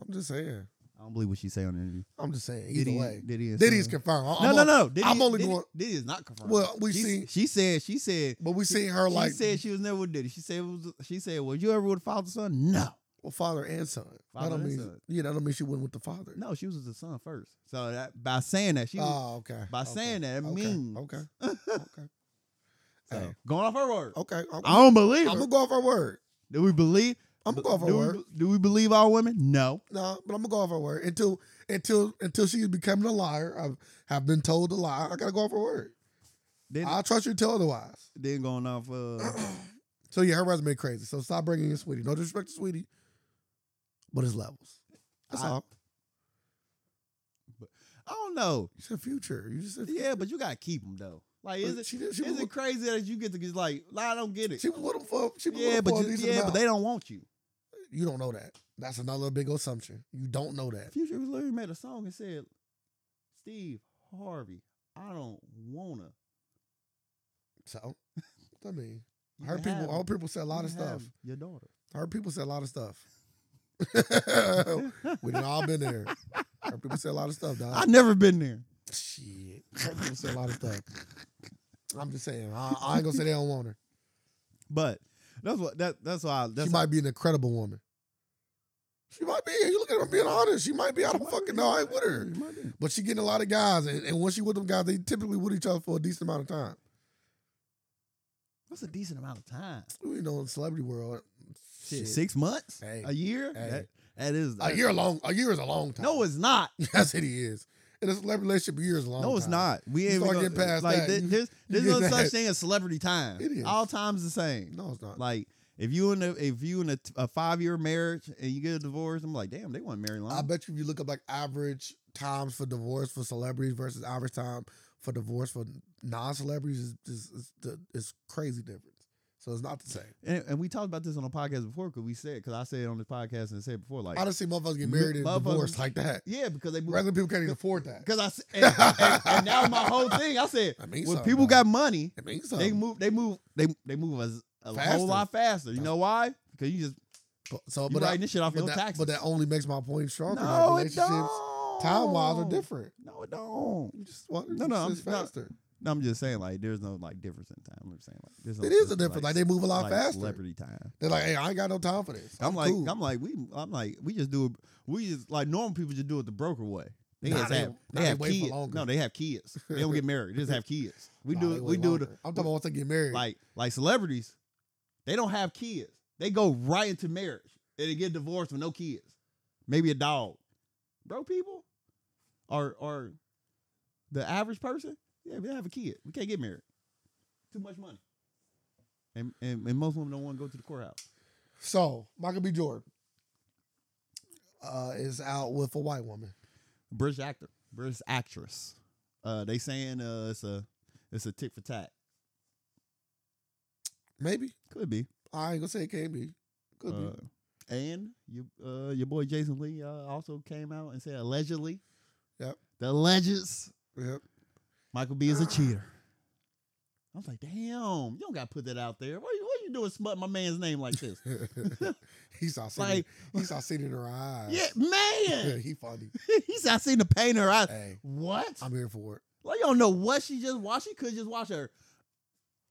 I'm just saying.
I don't believe what she say on the interview.
I'm just saying. Either
Diddy,
way,
Diddy and
Diddy's
Son.
confirmed. I-
No,
I'm
no,
on-
no. Diddy,
I'm only
Diddy,
going-
Diddy is not confirmed.
Well, we
she,
seen-
She said. She said.
But we seen her like
she said she was never with Diddy. She said it was, she said, "Was you ever with a father son?" No,
well, father and son. that
Father
don't
and
mean
son.
yeah. That don't mean she went with the father.
no, she was with the son first. So that, by saying that, she was,
oh, okay.
by
okay.
saying that it
okay.
means
okay, okay,
So,
Hey.
going off her word,
okay. I'm,
I don't believe.
I'm
her.
gonna go off her word.
do we believe?
I'm gonna go off her
do
word.
We, do we believe all women? No.
No, but I'm gonna go off her word until until until she's becoming a liar. I've have been told to lie. I gotta go off her word.
Then
I'll trust you to tell otherwise.
then going off. Uh,
So yeah, her resume crazy. So stop bringing in Sweetie. No disrespect to Sweetie, but it's levels. That's
I-
all.
I don't know.
You said future. You just said
Yeah, but you gotta keep them though. Like, is it
she did. She,
is
was,
it crazy that you get to get like? like, I don't get it.
she was with him for. She was
yeah,
with him
but
for a
you,
decent
yeah, but
amount.
they don't want you.
You don't know that. That's another big assumption. You don't know that.
Future literally made a song and said, "Steve Harvey, I don't wanna."
So, I mean,
You
her
can
people.
have-
Her people said a lot
you
of
can
stuff.
have Your daughter.
Her people said a lot of stuff. We've all been there. Her people said a lot of stuff, dog.
I never been there.
Shit. Her people said a lot of stuff. I'm just saying. I, I ain't gonna say they don't want her.
But that's what that that's why I, that's
she might be an incredible woman. She might be. You look at her being honest. She might be. I don't
Might
fucking
be.
know. I ain't with her.
You might be.
But she getting a lot of guys, and, and once she with them guys, they typically with each other for a decent amount of time.
That's a decent amount of time.
You know, in celebrity world,
Shit, six months,
Hey.
a year.
Hey.
That, that is
a year long. A year is a long time.
No, it's not.
that's it. He is. And a celebrity relationship, a year is a long.
No, it's
time.
not. We
You
ain't
start
gonna-
getting past
like
that,
th-
you-
there's
you
there's
get
no
that.
such thing as celebrity time.
It is.
All time's the same.
No, it's not.
Like if you in a if you in a, t- a five year marriage and you get a divorce, I'm like, damn, they want to marry long.
I bet you if you look up like average times for divorce for celebrities versus average time for divorce for non-celebrities is is, is, the- is crazy difference. So it's not the same.
and, and we talked about this on the podcast before because we said because I said it on the podcast and said before like
I don't see motherfuckers get
Mi-
married and
motherfuckers-
divorced like that.
yeah because they because
Regular people can't even afford that.
I s- and, and, and that was my whole thing. I said
I mean,
when
something,
people
dog.
got money,
It means
they
something.
move they move they they move us a
Faster.
whole lot faster. You
That's-
know why? Because you just
But- so,
you
but,
writing
that,
this shit off
but,
your
that,
taxes.
but that only makes my point stronger. like,
no, it
relationships,
don't.
time wise, are different.
No, it don't.
You just want
No, no,
it's
I'm- no.
faster.
No, I'm just saying like there's no like difference in time. I'm just saying like there's no
It is a difference. Like, they move a lot
like,
faster.
Celebrity time.
They're like, hey, I ain't got no time for this.
I'm, like
cool.
I'm like we I'm like we just do it. We just like normal people just do it the broker way. They
Nah,
just
they-
have
nah,
they,
they
have
wait for
kids.
longer.
No, they have kids. They don't get married. They just have kids. We
Nah,
do
they
it.
way
We do
longer.
it.
I'm talking about once they get married.
Like like celebrities, they don't have kids. They go right into marriage and they get divorced with no kids, maybe a dog. Bro, people are are the average person. Yeah, we have a kid. We can't get married. Too much money. And and, and most women don't want to go to the courthouse.
So Michael B. Jordan uh, is out with a white woman.
British actor, British actress. Uh, they saying uh, it's a it's a tick for tat.
Maybe
Could be.
I ain't gonna say it can't be. Could
Uh,
be.
and you, uh, your boy Jason Lee uh, also came out and said allegedly.
Yep.
The alleges
Yep.
Michael B is a cheater. I was like, damn, you don't got to put that out there. What you, what you doing, smut my man's name like this?
he saw sitting.
Like-
He saw sitting in her eyes.
yeah, man.
he funny.
he said, I seen the pain in her eyes.
Hey,
What?
I'm here for it.
Like, you don't know what she just watched. She could just watch her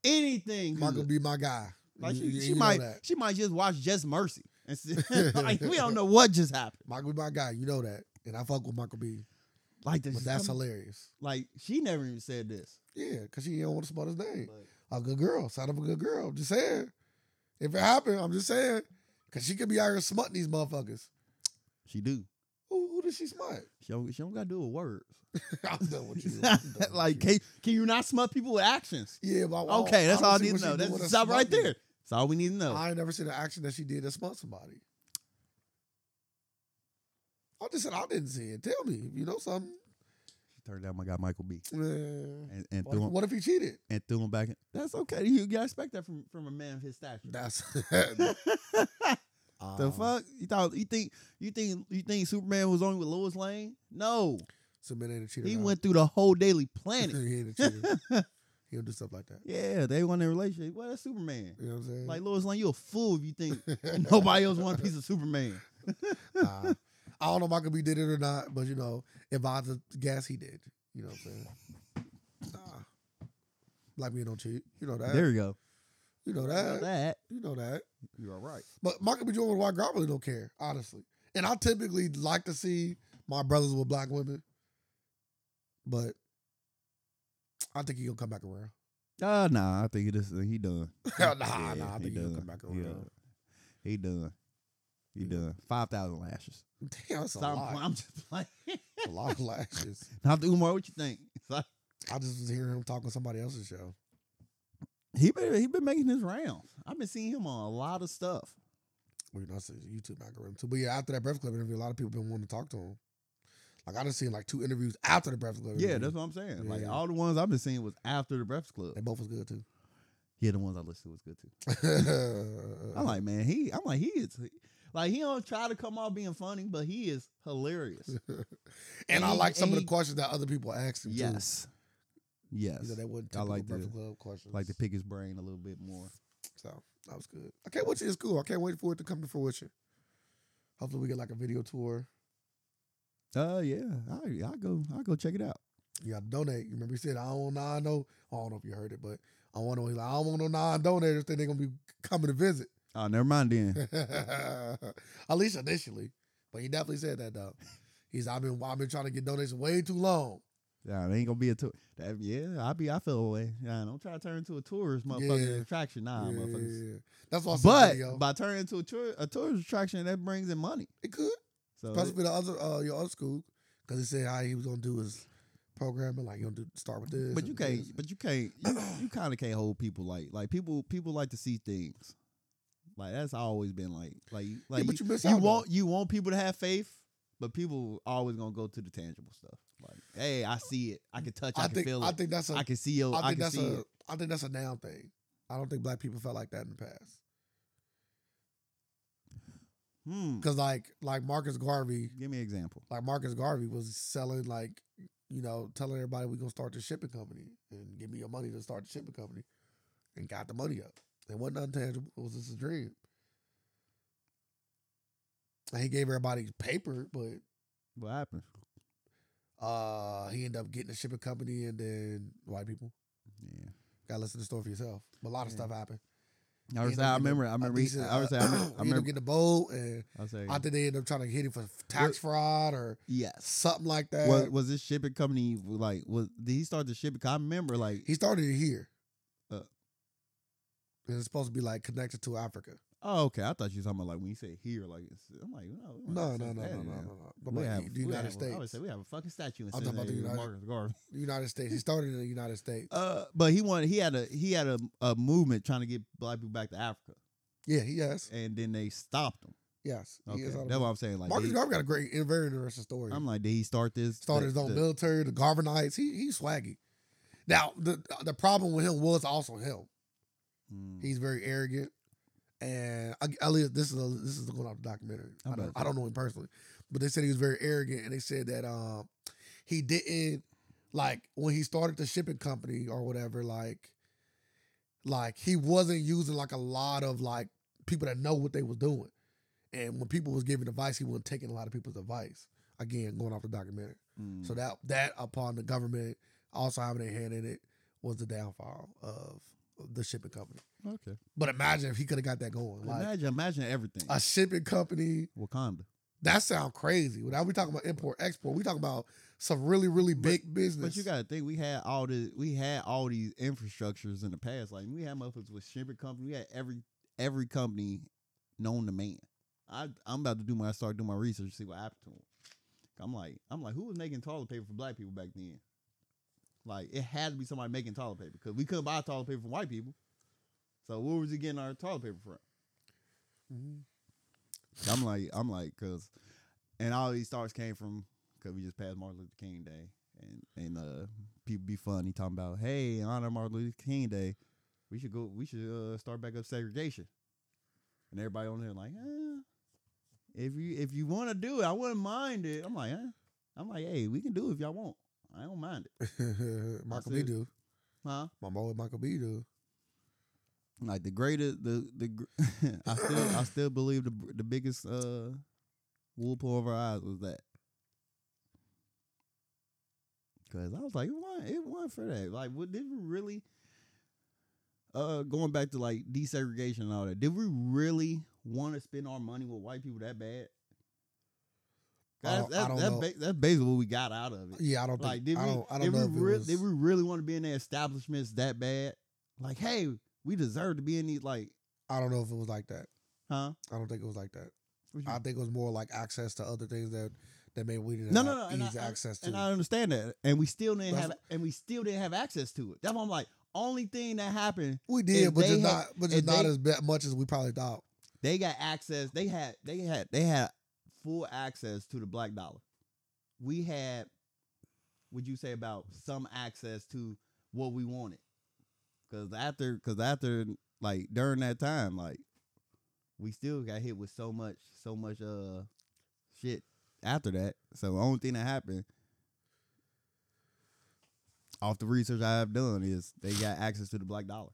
anything.
Michael
good.
be my guy.
like, she,
You- you
she
know
might
that.
she might just watch Just Mercy. And see, like, we don't know what just happened.
Michael be my guy. You know that. And I fuck with Michael B.
Like, this,
But that's hilarious.
like she never even said this.
Yeah, because she don't want to spell his name.
But-
A good girl. Sound of a good girl. Just saying. If it happened, I'm just saying. Because she could be out here smutting these motherfuckers.
She do.
Who, who did she smut?
She don't, she don't got to do it with words.
I'm done with you. I'm done with
like,
you.
can, can you not smut people with actions?
Yeah, but Oh, I- I don't-
Okay, that's
don't
all I
see
need
what
to
she
know.
do with
That's
a
stop right
smutting.
there. That's all we need to know.
I ain't never seen an action that she did that smut somebody. I just said I didn't see it. Tell me if you know something.
She turned down my guy Michael B.
Eh,
And, and
What,
threw him
what if he cheated?
and threw him back. In. That's okay. You gotta expect that from, from a man of his stature.
That's
the
uh,
fuck you thought? You think you think you think Superman was only with Lois Lane? No,
So man ain't a cheater.
he
dog.
went through the whole Daily
he
Planet.
ain't a cheater. he don't do stuff like that.
yeah, they want a relationship. Well, that's Superman.
You know what I'm saying?
Like Lois Lane, you a fool if you think nobody else want a piece of Superman.
Nah. I don't know if Michael B did it or not, but you know, if I had to guess, he did. You know what I'm saying? Nah. Black men don't cheat. You know that.
There you go.
you know
About
that.
that
You know that.
you are right.
But Michael B. Jordan with white girl, I really don't care, honestly. And I typically like to see my brothers with black women, but I think he gonna come back around.
Uh nah, I think he just he done. Yeah,
nah, nah, I
he
think he will
done.
come back
He
around.
done. He done. He
Yeah.
done. Five thousand lashes.
Damn, that's a
Stop
lot.
playing. I'm just playing.
That's a lot of lashes.
Not the Umar. What you think? It's like,
I just was hearing him talk on somebody else's show.
he been he been making his rounds. I've been seeing him on a lot of stuff.
Well, you know, that's a YouTube algorithm too. But yeah, after that Breath Club interview, a lot of people been wanting to talk to him. Like I just seen like two interviews after the Breath Club.
Yeah,
interview.
that's what I'm saying. Like
Oh, Yeah.
all the ones I've been seeing was after the Breakfast Club.
they both was good too.
Yeah, the ones I listened to was good too.
Oh,
I'm like, man, he. I'm like, he is. Like he don't try to come off being funny, but he is hilarious.
and I
he-
like some
and
of the
he-
questions that other people asked him too.
yes, yes.
You know, they wasn't
I
typical
like the-
Breakfast Club questions.
like to pick his brain a little bit more.
So that was good. I can't wait to it's cool. I can't wait for it to come to fruition. Hopefully we get like a video tour.
Uh, yeah. I I go I go check it out.
You gotta donate. You remember he said, I don't want nine no I don't know if you heard it, but I want to like, I don't want no non donators
Ah,
think they're gonna be coming to visit.
Oh, never mind then.
At least initially. But he definitely said that though. He's I've been I've been trying to get donations way too long.
Yeah, it ain't gonna be a tour. That, yeah, I be. I feel away. Yeah, don't try to turn into a tourist motherfucking
Yeah.
attraction. Nah,
yeah,
Ah, motherfuckers.
yeah. That's what I said.
But
video.
by turning into a, tour, a tourist attraction, that brings in money.
it could.
So it-
Especially the other uh, your other school, because he said how he was gonna do his programming, like you gonna do, start with this.
But you
and this.
can't. But you can't. You, you kind of can't hold people like like people. People like to see things. Like that's always been like like like
but
you,
you miss
you
out, though.
want you want people to have faith, but people always gonna go to the tangible stuff. Like hey, I see it. I can touch. I,
I
can
think
feel
I
it.
think that's a
I can see you. I,
think
can
that's
see
a I
it.
think that's a now thing. I don't think black people felt like that in the past.
Hmm.
Because like like Marcus Garvey,
Give me an example.
like Marcus Garvey was selling like you know telling everybody we're gonna start the shipping company and give me your money to start the shipping company, and got the money up. It wasn't untangible. It was just a dream. And he gave everybody paper, but
What happened?
uh he ended up getting a shipping company and then white people.
Yeah.
Gotta listen to the story for yourself. But a lot of
Yeah.
stuff happened.
I was
He
say,
ended
I
up getting
remember.
a-
I
a
remember. he-
decent- uh,
I was say, I remember.
he
I
ended up
remember.
getting a bowl and
I was
I
saying,
think they ended up trying to hit him for tax fraud or
yes.
something like that.
Was, was this shipping company like? Was did he start the shipping? 'cause I remember like
he started it here.
Uh.
And it's supposed to be like connected to Africa.
Oh, okay. I thought you were talking about like when you say here, like it's, I'm like, no, we don't
No,
have
no,
to
no, no,
say
no,
that,
no,
man.
no.
We
But like
have-
the
we
United
have- I would
States.
say we have a fucking statue in
I'm talking about the
Cincinnati with
United-
Marcus Garvey.
United States. He started in the United States.
Uh, but he wanted he had a he had a, a movement trying to get black people back to Africa,
yeah, he yes.
and then they stopped him.
Yes. he
Okay,
is out of-
that's what I'm saying. Like,
Marcus
did-
Garvey got a great a very interesting story.
I'm like, did he start this?
started
the-
his own
the-
military, the Garvinites. He he's swaggy. Now the the problem with him was also him.
Mm,
He's very arrogant, and I, I live, this is a, this is going off the documentary.
I
I don't,
bet.
I don't know him personally, but they said he was very arrogant, and they said that um he didn't like when he started the shipping company or whatever. Like, like he wasn't using like a lot of like people that know what they was doing, and when people was giving advice, he wasn't taking a lot of people's advice. Again, going off the documentary.
mm.
So that that upon the government also having a hand in it was the downfall of the shipping company.
okay.
But imagine if he could have got that going. Like
imagine, imagine everything.
a shipping company,
Wakanda.
that sounds crazy. Without we talking about import export, we talking about some really really big business.
But you gotta think we had all this we had all these infrastructures in the past. Like we had motherfuckers with shipping company. We had every every company known to man. I I'm about to do my start doing my research to see what happened to them. I'm like I'm like who was making toilet paper for black people back then? Like it had to be somebody making toilet paper because we couldn't buy toilet paper from white people. So where was he getting our toilet paper from?
Mhm.
I'm like, I'm like, cause, and all these stars came from, cause we just passed Martin Luther King Day, and and uh, people be funny talking about, hey, in honor of Martin Luther King Day, we should go, we should uh, start back up segregation, and everybody on there like, eh, if you if you want to do it, I wouldn't mind it. I'm like, eh. I'm like, hey, we can do it if y'all want. I don't mind it,
Michael B.
That's it.
Do
huh?
my boy Michael B. Do.
Like the greatest, the the, gr- I still I still believe the the biggest uh, wool pull over our eyes was that. Cause I was like, it wasn't, it wasn't for that. Like, what did we really? Uh, going back to like desegregation and all that, did we really want to spend our money with white people that bad?
I
That's
don't- I
that's
don't
that
know.
ba- that's basically what we got out of it.
Yeah, I don't think.
Like, did we
I don't. I don't
did,
know.
we
if it
rea-
was-
did we really want to be in their establishments that bad? Like, hey, we deserve to be in these. Like,
I don't know if it was like that.
huh?
I don't think it was like that.
What you-
I think it was more like access to other things that that maybe we didn't
No,
have
no, no, and I-
easy access to.
and I understand that, and we still didn't
That's-
have, and we still didn't have access to it. That's why I'm like, only thing that happened,
we did,
if
but
they
just
had-
not, but just
if
not
they-
as ba- much as we probably thought.
they got access. They had, they had, they had full access to the black dollar. We had, would you say about some access to what we wanted? Because after, because after, like during that time, like we still got hit with so much, so much uh shit after that. So the only thing that happened off the research I have done is they got access to the black dollar.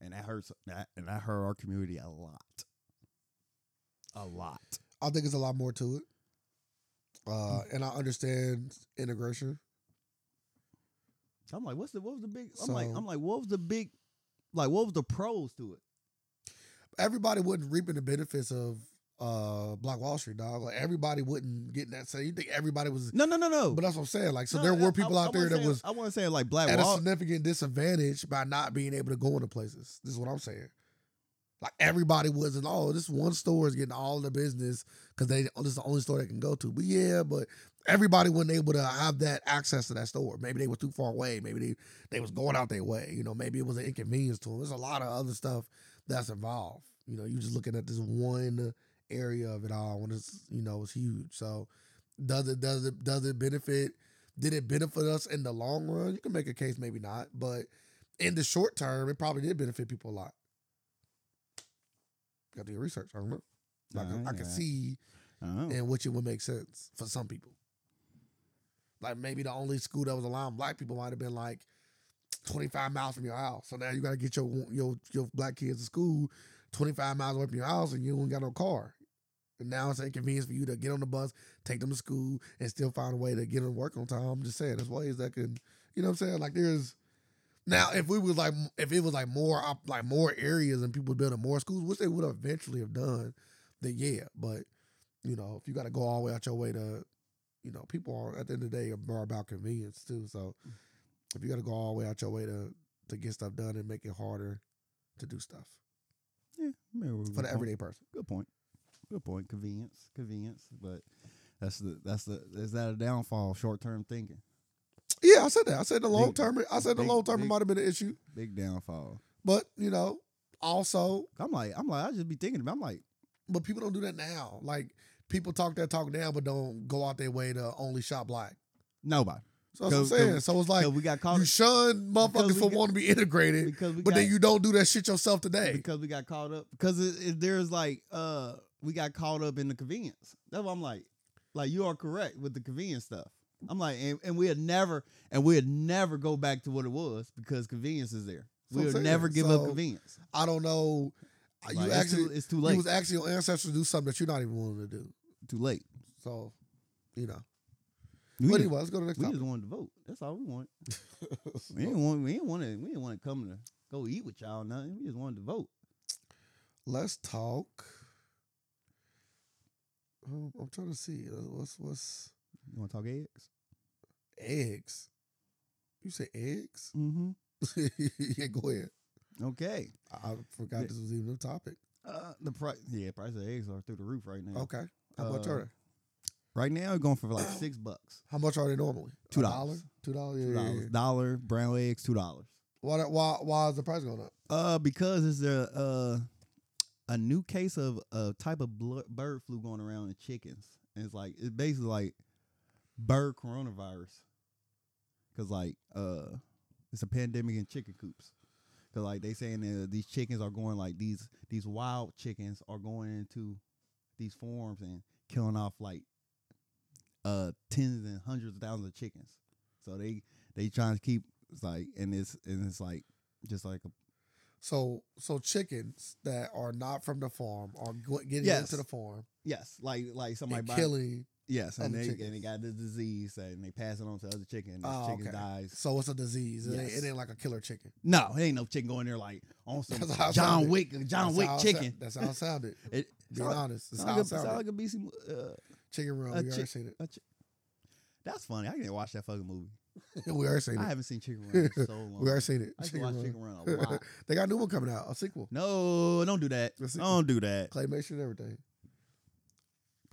And that hurts that and that hurt our community a lot. A lot.
I think it's a lot more to it. Uh,
Mm.
and I understand integration.
So I'm like, what's the what was the big I'm like
So-
I'm like, what was the big like what was the pros to it?
Everybody wasn't reaping the benefits of uh Black Wall Street, dog. Like everybody wouldn't get in that same. You think everybody was?
No, no, no, no.
But that's what I'm saying. Like, so
No,
there
I-
were people
I- I
out there
wasn't
that
saying-
was
I wasn't saying like black
at a
wall.
significant disadvantage by not being able to go into places. This is what I'm saying. Like everybody wasn't. Oh, this one store is getting all the business because they oh, this is the only store they can go to. But yeah, but everybody wasn't able to have that access to that store. Maybe they were too far away. Maybe they they was going out their way. You know, maybe it was an inconvenience to them. There's a lot of other stuff that's involved. You know, you're just looking at this one area of it all when it's you know it's huge. So does it does it does it benefit? Did it benefit us in the long run? You can make a case, maybe not, but in the short term, it probably did benefit people a lot. Got to do your research. I don't know. I can, I can see
Oh.
in which it would make sense for some people. Like maybe the only school that was allowing black people might have been like 25 miles from your house. So now you got to get your your your black kids to school 25 miles away from your house, and you don't got no car. And now it's an inconvenience for you to get on the bus, take them to school, and still find a way to get them to work on time. I'm just saying, there's ways that could, you know, what I'm saying like there's. Now, if we was like, if it was like more, op- like more areas and people building more schools, which they would eventually have done, then yeah. But you know, if you got to go all the way out your way to, you know, people are at the end of the day are about convenience too. So
Mm.
if you got to go all the way out your way to to get stuff done and make it harder to do stuff
Yeah, maybe we're
for
good
the
point.
everyday person,
Good point. Good point. Convenience, convenience, but that's the that's the is that a downfall? Short term thinking,
yeah, I said that. I said the long
Big-
term. I said the
big-
long term it
big-
might have been an issue,
big downfall.
but you know, also,
I'm like I'm like I just be thinking. about- I'm like
but people don't do that now. Like people talk that talk now, but don't go out their way to only shop black.
nobody.
So that's what I'm
Cause-
saying.
cause-
So it's like
Because we got caught
you shun
because
motherfuckers
we
for
got-
wanting to be integrated,
because we
but
got,
then you don't do that shit yourself today.
because we got caught up because it, it- there's like uh we got caught up in the convenience. That's why I'm like like you are correct with the convenience stuff. I'm like and, and we'll never and we'll never go back to what it was because convenience is there.
That's what I'm
We'll
saying.
never give
So,
up convenience.
I don't know. Uh, You
Like, it's
actually,
too, it's too
you
late.
was asking your ancestors to do something that you're not even willing to do.
too late.
So, you know.
We
but
just-
anyway, let's go to the next
We
topic.
just wanted to vote. That's all we want.
So,
We didn't want. We didn't want to. We didn't want to come to go eat with y'all. or Nothing. We just wanted to vote.
let's talk. Um, I'm trying to see uh, what's what's
You want to talk eggs?
eggs. You say eggs?
Mm-hmm.
yeah, go ahead.
Okay.
I I forgot
Yeah.
this was even a topic.
Uh, the price. Yeah, price of eggs are through the roof right now.
Okay. How much
Uh,
are they?
Right now, it's going for like six bucks.
How much are they normally? A
Two
dollar?
dollars.
Two dollars.
Two
Yeah, yeah,
dollars.
yeah.
Dollar brown eggs. Two dollars.
Why, that- why? Why is the price going up?
Uh, because it's a uh a new case of a type of blo- bird flu going around in chickens. And it's like it's basically like bird coronavirus. Cause like uh, it's a pandemic in chicken coops. Cause like they saying that these chickens are going like these these wild chickens are going into these farms and killing off like uh tens and hundreds of thousands of chickens. So they they trying to keep it's like and it's and it's like just like a
So, so chickens that are not from the farm are go- getting
Yes.
into the farm
Yes, like like
and
somebody buy,
killing.
Yes, and
other
they
chickens.
and they got the disease and they pass it on to other chicken. And the
Oh,
chicken
okay.
dies.
So it's a disease. It, ain't,
Yes.
it ain't like a killer chicken.
No, it ain't no chicken going there like on some
That's how it
John
sounded.
Wick John
That's
Wick
how it sou-
chicken.
That's how it sounded.
It
Being
sound-
honest, that's
sound
how
like
it
a- sound
sounded.
like a BC. mo- Uh,
Chicken run.
a
We already
chick-
seen it.
a chi- that's funny. I didn't watch that fucking movie.
we already seen
I
it.
haven't seen Chicken Run in so long.
We already seen it.
I used to
Chicken
watch
Run.
Chicken Run a lot.
They got a new one coming out. A sequel.
No, don't do that.
Let's see.
Don't do that.
Claymation and everything.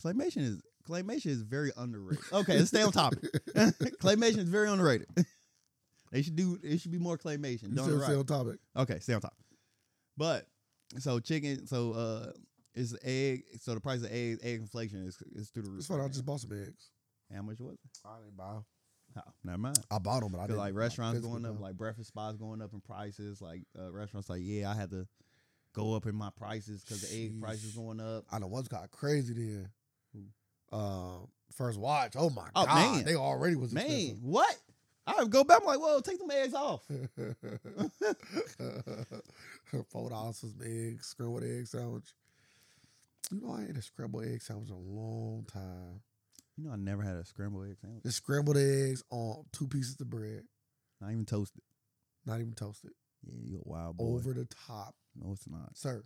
Claymation is claymation is very underrated. Okay, let's stay on topic. claymation is very underrated. they should do. It should be more claymation.
You
Done
still
right.
stay on topic.
Okay, stay on top. But so chicken, so uh, it's egg. So the price of egg, egg inflation is is through the roof.
That's funny. I
right
just bought some eggs.
now. How much was it?
I didn't buy. them.
Oh, never mind.
I bought them, but I
'Cause,
didn't.
like
I
restaurants
physically
going up,
bought 'em.
like breakfast spots going up in prices. Like uh, restaurants, like yeah, I had to go up in my prices because the egg price is
Sheesh.
going up.
I know one's got crazy then.
Who?
Uh, first watch. Oh my
Hmm. Oh,
god,
man.
they already was
Man,
expensive.
what? I go back. I'm like, whoa, take them eggs off.
Four dollars for some eggs, scrambled egg sandwich. You know, I ain't a scrambled egg sandwich in a long time.
You know, I never had a scrambled egg sandwich.
Just scrambled eggs on two pieces of bread,
Not even toasted.
not even toasted,
Yeah, you a wild boy.
over the top,
No, it's not.
sir.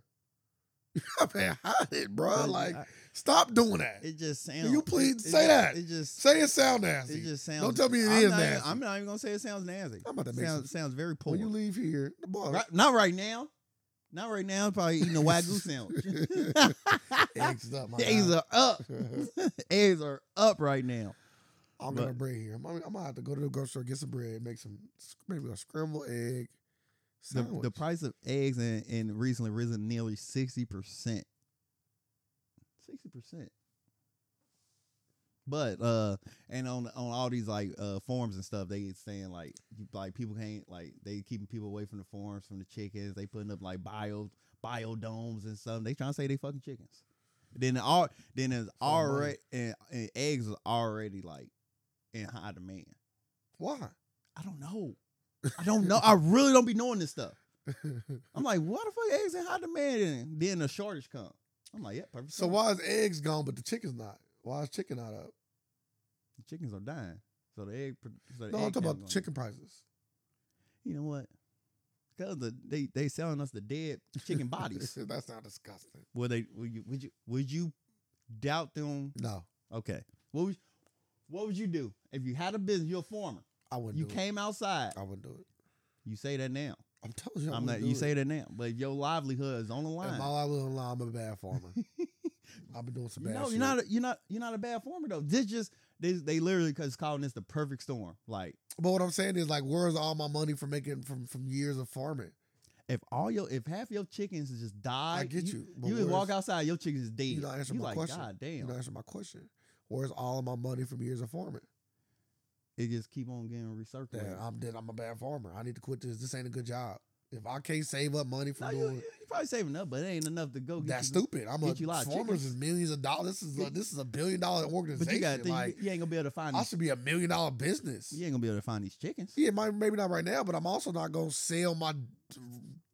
I mean, hide it, bro.
But
Like,
I-
stop doing that.
it just sounds.
Can you please
it
say
ju-
that?
It just
say it sound nasty.
It just sounds.
Don't tell me it
I'm
is
not even-
nasty.
I'm not even gonna say it sounds nasty.
I'm about to make
sounds sounds very poor.
When you leave here, the boy,
Right- not right now. Not right now. I'm probably eating a wagyu sandwich.
eggs is up, my
Eggs
guy.
are up. Eggs are up right now.
I'm gonna
But-
bread here. I'm, I'm gonna have to go to the grocery store, get some bread, make some maybe a scrambled egg
The,
sandwich.
the price of eggs and, and recently risen nearly sixty percent. Sixty percent. But uh, and on on all these like uh forums and stuff, they saying like you- like people can't like they keeping people away from the forums from the chickens. They putting up like bio biodomes and stuff. They trying to say they fucking chickens. Then all then it's
money.
already and, and eggs are already like in high demand.
Why?
I don't know. I don't know. I really don't be knowing this stuff. I'm like, why the fuck eggs in high demand? And then the shortage come. I'm like, yeah, perfect.
so why is eggs gone but the chicken's not? Why is chicken not up?
The chickens are dying. So the egg. pro- So the
No,
egg
I'm talking
count
about the
gone.
chicken prices.
You know what? Cause the, they they selling us the dead chicken bodies.
That's not disgusting.
would they? Would you? Would you? Would you doubt them?
No,
Okay. What would What would you do if you had a business? You're a farmer.
I wouldn't.
You
do
came outside.
It. I wouldn't do it.
You say that now.
I'm telling you, I
I'm not.
wouldn't
You
do
say
it.
that now. But if your livelihood is on the
If
line.
my livelihood on the line, I'm a bad farmer. I've been doing some bad.
No,
shit.
you're not. A, you're not. You're not a bad former though. This just they they literally cause calling this the perfect storm. Like
But what I'm saying is, like, where's all my money from making from from years of farming?
if all your if half your chickens just die,
I, get
You,
you. but
you just walk
where's-
outside, your chickens is dead.
You not answering my
like,
question.
God damn.
You know, answer my question. Where's all of my money from years of farming?
it just keep on getting
That
recirculated.
I'm dead. I'm a bad farmer. I need to quit this. This ain't a good job. If I can't save up money
No,
from
you,
doing
you probably saving up, but it ain't enough to go. Get
that's
you,
stupid. I'm a
get you a lot
farmers
of
is millions of dollars. This is a, this is a billion dollar organization.
But you got to think
like
you, you ain't gonna be able to find.
I
These,
should be a million dollar business.
you ain't gonna be able to find these chickens.
Yeah, my, maybe not right now, but I'm also not gonna sell my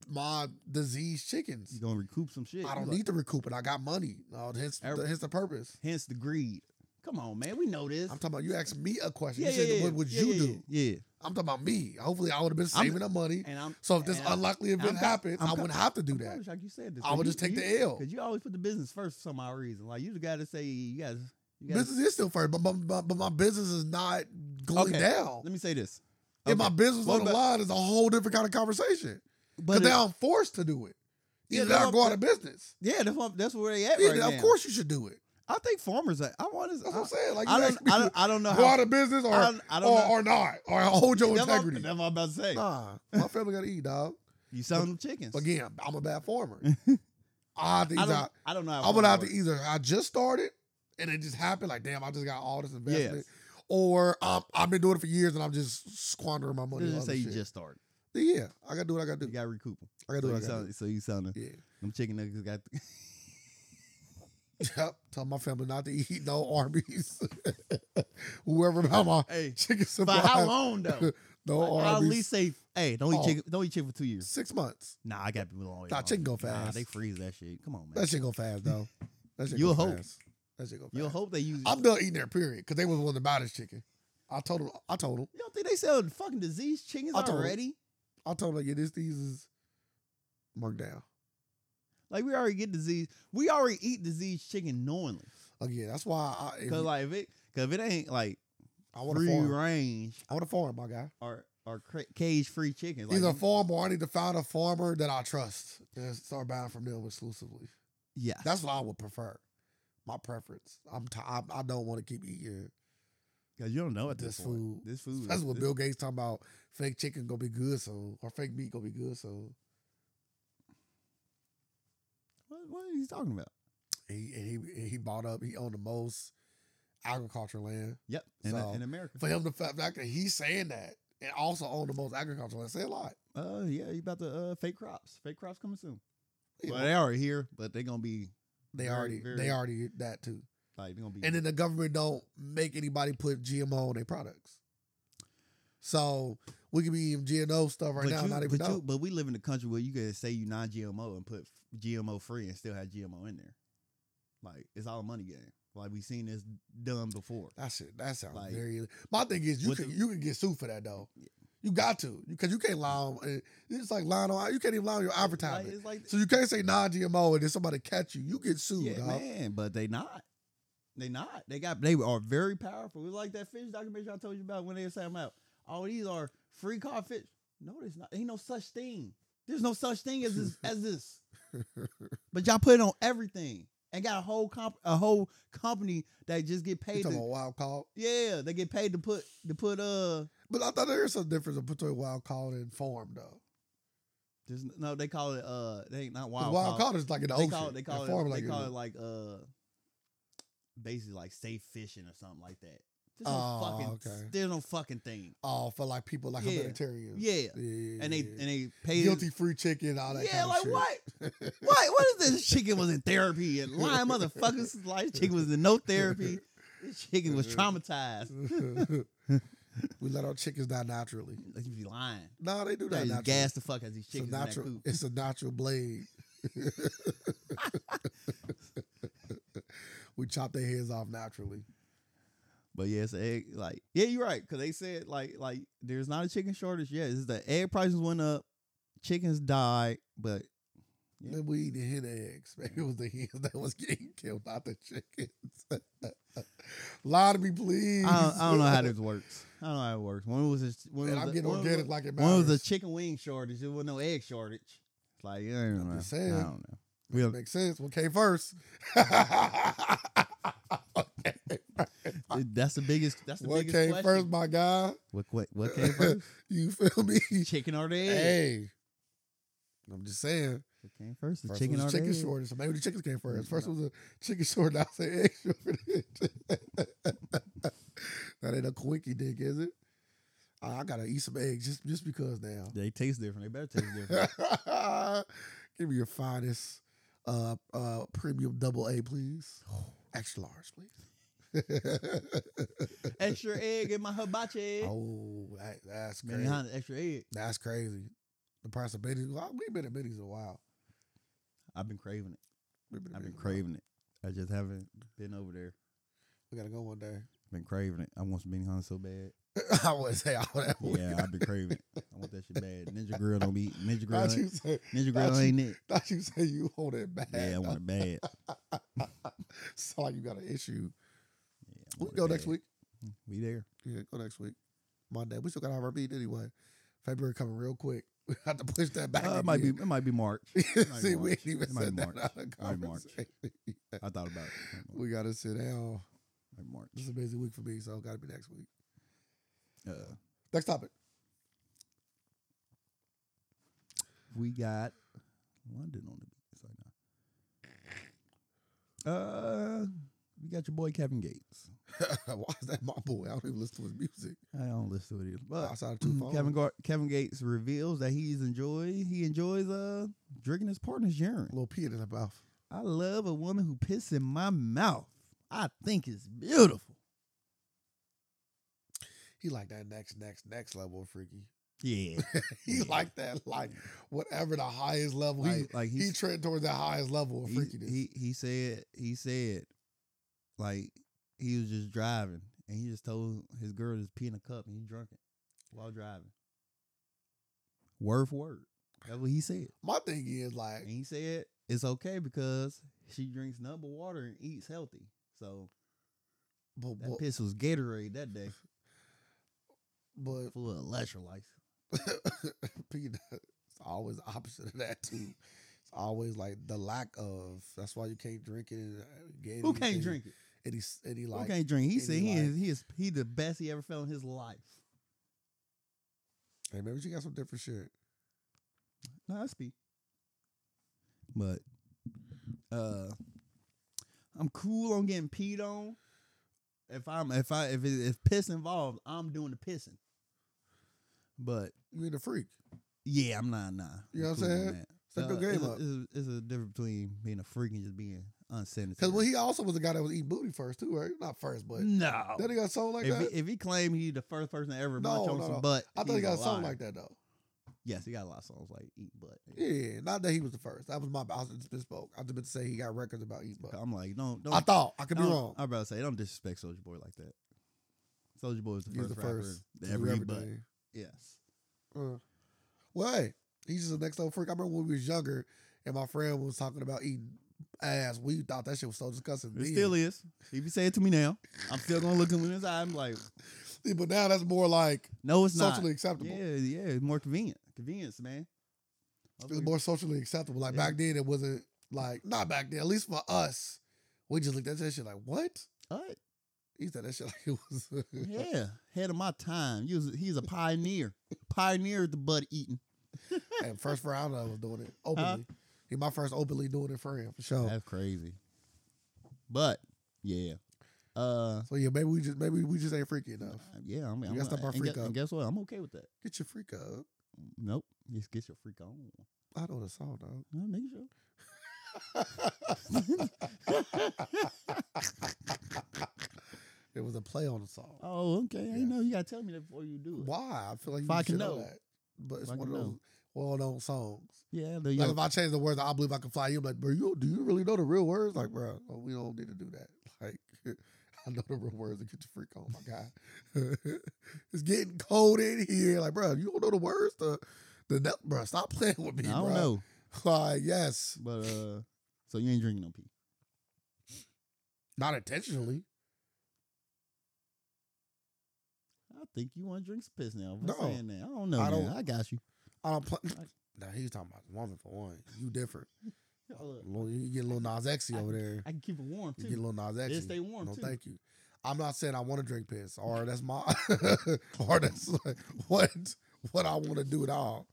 my diseased chickens.
You gonna recoup some shit.
I
You
don't
like-
need to recoup it. I got money. No, hence,
Every-
hence the purpose.
Hence the greed. Come on, man. We know this.
I'm talking about you asked me a question.
yeah,
you said,
yeah, yeah.
what would
yeah,
you
yeah,
do?
Yeah. yeah.
I'm talking about me. Hopefully, I would have been
I'm-
saving up money.
And I'm
So if this
and I'm-
unluckily event
I'm co-
happened,
I'm
I
co-
wouldn't have to do
I'm
that.
probably shocked you said this.
I
but
would
you-
just take
you-
the L.
Cause you always put the business first for some odd reason. Like you just gotta say you guys. You gotta,
Business is still first, but, but, but, but my business is not going
Okay,
down.
let me say this.
If my
Okay,
business
What
on the
about-
line is a whole different kind of conversation because
but it-
now I'm forced to do it.
Yeah,
Either
that's
that or
what
go out
I'm-
of business.
yeah, that's, what, that's where they at
Yeah,
right
of
now.
course you should do it.
I think farmers. Are, I want to.
That's what I'm saying. Like you
I, I
asked me
don't. I don't. I don't know
to
how.
go out of business or
I, I don't
or,
know.
or not or hold your
that's, what,
integrity.
that's what I'm about to say.
Nah, my family got to eat, dog.
You selling them chickens?
Again, I'm a bad farmer. I think
I
I,
don't. I don't know. How
I would have
farmers
to
work.
either I just started and it just happened like damn I just got all this investment,
Yes.
or um, I've been doing it for years and I'm just squandering my money.
Let's
on
just
other
say you
shit.
just started.
yeah, I gotta do what I gotta
You
do.
got to recoup 'em.
I gotta do
So
what
you
I gotta
selling. So you selling
do. Yeah,
them chicken nuggets? Got
yep. Tell my family not to eat no Arby's. Whoever buy my
hey.
chicken
For
supply,
how long though?
no
Like, I'll at
Arby's.
least say, hey, don't eat
Oh.
chicken. Don't eat chicken for two years.
six months.
Nah, I got people all
Nah,
long.
chicken go
Nah,
fast.
they freeze that shit. Come on, man.
That shit go fast though. That shit
You'll
go
hope.
fast. That shit go fast.
You'll hope they use.
I'm done eating their period because they was one to buy this chicken. I told them. I told them.
you don't think they sell fucking diseased chickens
I told-
already?
I told them. Yeah, this these is marked down.
Like we already get disease. We already eat diseased chicken knowingly.
Again, that's why I if,
Cause like if it, cause if it ain't like
I want a
free
farm.
range
I want a farm, my guy.
or or cage free chickens. Like,
Either a
you-
farm or I need to find a farmer that I trust and start buying from them exclusively.
yeah,
That's what I would prefer. My preference. I'm t- I, I don't want to keep eating.
cause you don't know at this,
This
point.
food-
This food.
That's what
this-
Bill Gates talking about. Fake chicken gonna be good soon, or fake meat gonna be good soon.
What, what are you talking about?
And he and he, and he bought up. He owned the most agriculture land.
Yep, in,
So-
in America.
for him to fact that he's saying that and also own the most agriculture land say a lot.
Uh, yeah, you about to uh fake crops. Fake crops coming soon.
You
Well,
know,
they already here, but they gonna be
they
very,
already
very-
they already did that too.
like they gonna be.
And then the government don't make anybody put GMO on their products. So we could be in GMO stuff right
but
now,
you,
not even
but,
know.
you, but we live in a country where you can say you non-GMO and put f- GMO free and still have GMO in there. Like it's all a money game. Like we seen this done before.
that shit, that sounds
Like,
very. My thing is, you
with
can
the-
you can get sued for that though. You got to because you can't lie. On, eh, it's like lying on. You can't even lie on your
Like,
advertisement.
it's like
So you can't say non-GMO and then somebody catch you. You get sued,
yeah,
dog.
man, but they not. They not. They got. They are very powerful. It's like that fish documentary I told you about when they say I'm out. All these are free caught fish. No, there's not. Ain't no such thing. There's no such thing as this. As this. But y'all put it on everything and got a whole comp a whole company that just get
You
paid. To,
talking about wild call?
yeah, they get paid to put to put uh.
But I thought there is some difference between wild call and farm, though.
There's, no, they call it uh. They ain't not
'Cause
wild.
Wild,
caught.
caught is like in the
they
ocean.
call it they
and
call
farm
it
like
they
in
call
the-
it like uh basically like safe fishing or something like that. There's no
Oh,
fucking
okay.
there's no fucking thing.
oh for like people like
Yeah.
humanitarians.
Yeah.
yeah.
And they and they paid
guilty free chicken, all that.
Yeah,
kind
like
of shit.
what? what? What is this chicken was in therapy and lying motherfuckers like this chicken was in no therapy. This chicken was traumatized.
we let our chickens die naturally.
Like you be lying.
No, they do
They
that
just
naturally.
gas the fuck out these
It's a
chickens in that
natural.
coop.
It's a natural blade. we chop their heads off naturally.
But yeah, it's a egg. Like yeah, you're right. Cause they said like like there's not a chicken shortage. Yeah, it's the egg prices went up, chickens died, but Yeah.
Then we eat the hen eggs. Maybe it was the hens that was getting killed, not the chickens. Lie to me, please.
I don't, I don't know how this works. I don't know how it works. When was this? When
Man,
was
I'm
the-
getting
when was
organic
the-
like it
when
matters.
was the chicken wing shortage? There was no egg shortage. It's like yeah, I don't
I'm
know.
just saying.
I don't know. We have,
Makes sense. What came first? okay.
that's the biggest. That's the
What
biggest
came
question.
first, my guy?
What, what what came first?
you feel me?
chicken or the egg?
Hey. I'm just saying.
What came first? The
First
chicken
was
or
a chicken
the egg? Mm-hmm.
shortage. So maybe the chickens came first. First
No.
was a chicken shortage. Now say egg shortage. that ain't a quickie dick, is it? I, I gotta eat some eggs just just because now.
They taste different. They better taste different.
Give me your finest uh uh premium double A, please. Extra large, please.
extra egg in my hibachi egg.
oh, that, that's
Man,
crazy.
how the extra egg.
That's crazy. The price of minis. Well, we've been at minis a while.
I've been craving it.
We've been at
I've been
Minis a while.
craving it. I just haven't been over there.
We gotta go one day.
Been craving it. I want some bean hunt so bad.
I wouldn't say I would ever.
Yeah, I've been craving it. I want that shit bad. Ninja Grill don't be Ninja Grill.
Thought
Ain't,
you say,
Ninja
Not
Grill
you.
ain't it.
thought you say you hold it back.
Yeah, I want it bad.
Sound like you got an issue.
Yeah, I want
We can
it
go next
bad.
week.
We there.
Yeah, go next week. Monday. We still got our meeting anyway. February coming real quick. We have to push that back.
Uh, it might be. It might be March. might be
See, we
March.
ain't even
It might
said
be
that
March.
out of
It might be March.
conversation.
I thought about it. Might be
We gotta sit down.
March.
This is a busy week for me, so it gotta be next week.
Uh,
Next topic.
we got London on the beats right now. Uh, we got your boy Kevin Gates.
Why is that my boy? I don't even listen to his music.
I don't listen to it, either, but
Outside of two phones.
Uh, Mm, Kevin Gar- Kevin Gates reveals that he's enjoy he enjoys uh drinking his partner's urine.
little pee in his mouth.
I love a woman who pisses in my mouth. I think it's beautiful.
He like that next, next, next level of freaky.
Yeah.
He like that, like whatever the highest level. he
like, like
he,
he's-
trend towards the highest level of
he,
freakiness.
he he said he said like he was just driving and he just told his girl to pee in a cup and he drunk it while driving. Word for word. That's what he said.
My thing is like,
And he said it's okay because she drinks nothing but water and eats healthy. So
but
that
but,
piss was Gatorade that day.
but
Full of electrolytes.
pee, it's always the opposite of that too. It's always like the lack of. That's why you can't drink it. and, uh, get
Who can't
anything,
drink it?
Any any like
Who can't drink? He
and
said
he
he
like-
is he is he the best he ever felt in his life.
Hey, maybe you got some different shit.
No, that's be. But uh I'm cool on getting peed on. If I'm if I if it, if piss involved, I'm doing the pissing. But
You ain't a freak.
yeah, I'm not nah.
You know what I'm
cool on
saying?
that.
Step your
Uh,
game
it's a-
up.
it's a, it's a difference between being a freak and just being unsanitary.
Because well, he also was the guy that was eating booty first too, right? Not first, but
no.
then he got sold like
if,
that.
he, if he claimed he the first person to ever
No,
munch on
no,
some
no.
butt,
I thought he
he's
got
a
sold
liar.
like that though.
Yes, he got a lot of songs like eat butt.
Yeah, not that he was the first. That was my. I was just misspoke. I was about to say he got records about eating butt.
I'm like, don't don't
I thought I could be
Don't-
wrong.
I'm about to say, don't disrespect Soldier Boy like that. Soldier Boy was the
He was
first
the
rapper
first
to
to
ever
do
eat butt.
everything.
Yes,
Uh, well, hey, he's just the next level freak. I remember when we was younger, and my friend was talking about eating ass. We thought that shit was so disgusting.
It
then.
still e- is. If you say it to me now, I'm still gonna look him in his eye. I'm like,
Yeah, but now that's more like
no, it's not.
socially acceptable.
Yeah, yeah, it's more convenient. Convenience, man.
It's more socially acceptable. Like
Yeah.
back then, it wasn't like not back then. At least for us, we just looked at that shit like, what?
What?
He said that shit like it was.
Yeah, head of my time. He was, he's a pioneer. pioneer at the butt eating.
and first round I was doing it openly. He my first openly doing it for him for sure.
That's crazy. But yeah, uh,
So yeah, maybe we just maybe we just ain't freaky enough.
yeah. I mean, I'm,
gotta stop our
and,
freak
guess, and
out.
guess what? I'm okay with that.
Get your freak up.
Nope. Just get your freak on.
I know the song though.
No, nigga, sure.
It was a play on the song.
Oh, okay. I
Yeah.
know you gotta tell me that before you do it.
Why? I feel like you
If I
should
can
know
know.
that. But it's
If I
one of
can
those
know.
well known songs.
Yeah, the
Like if I change the words, to I believe I can fly. You're like, bro, you do you really know the real words? Like, bro, oh, we don't need to do that. Like, I know the real words to get your freak on, my guy. it's getting cold in here. Like, bro, you don't know the words to the ne- bro. Stop playing with me.
I don't
bruh.
know,
Like, yes,
but uh, so you ain't drinking no pee.
not intentionally.
I think you want to drink some piss now. I'm
No.
saying that. I don't know.
I
I,
don't-
I got you.
I don't. Pl- nah, he was talking about woman for one. You different. Lil- You get a little Nas X-y over there.
Uh, I can keep it warm
You get a
too.
little Nas X.
It stay warm
no,
too.
thank you. I'm not saying I want to drink piss, or that's my, or that's like what what I want to do at all.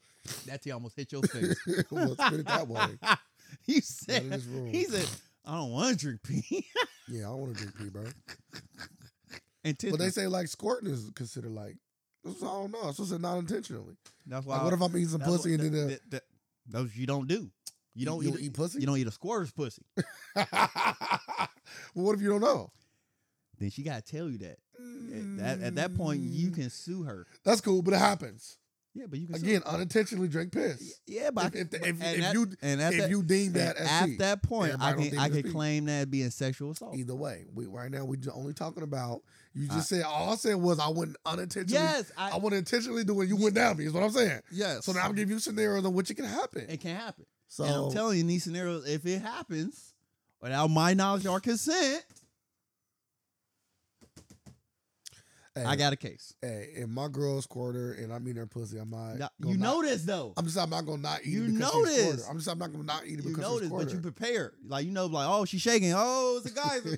That tea almost hit your face.
well, let's put it that way.
he
Not in
said.
this room.
He said, "I don't want to drink pee."
yeah, I want to drink pee, bro.
and
But they
tickle.
say like squirting is considered like. I don't know. It's just not intentionally.
that's
Like, what if I'm eating some
that's
pussy
what-
and then uh,
that- that- that- those you don't do. You don't
you
eat,
don't eat pussy?
You don't eat a squirter's pussy.
well, what if you don't know?
then she gotta tell you that. At Eh, that, at that point, you
Mm,
can sue her.
That's cool, but it happens
Yeah, but you can
again.
Sue her.
Unintentionally drink piss.
Yeah, but I
If-
can-
if the-
but-
if-
and
if
at-
you-
and at
if
that,
you deem that
and
as
at
cheat.
that point,
And
I
I don't
can
think
I
it's
could
pee.
claim that being sexual assault.
Either way, we right now we ju- only talking about. You just said all I said was I wouldn't unintentionally.
Yes, I,
I wouldn't intentionally do it. You wouldn't have me. Is what I'm saying.
yes.
So now I'm giving you scenarios on what you can happen.
it can happen.
So
and I'm telling you, in these scenarios, if it happens without my knowledge or consent,
hey,
I got a case.
Hey, if my girl quarter and I'm eating her pussy, I'm not.
Now,
gonna
you
not-
know this though.
I'm just I'm not gonna not eat
You
it because
know
she's
this.
quarter. I'm just I'm not gonna not eat it
you
because
know
she's
this,
quarter.
but you prepare. Like you know, like oh, she's shaking. Oh, it's a geyser.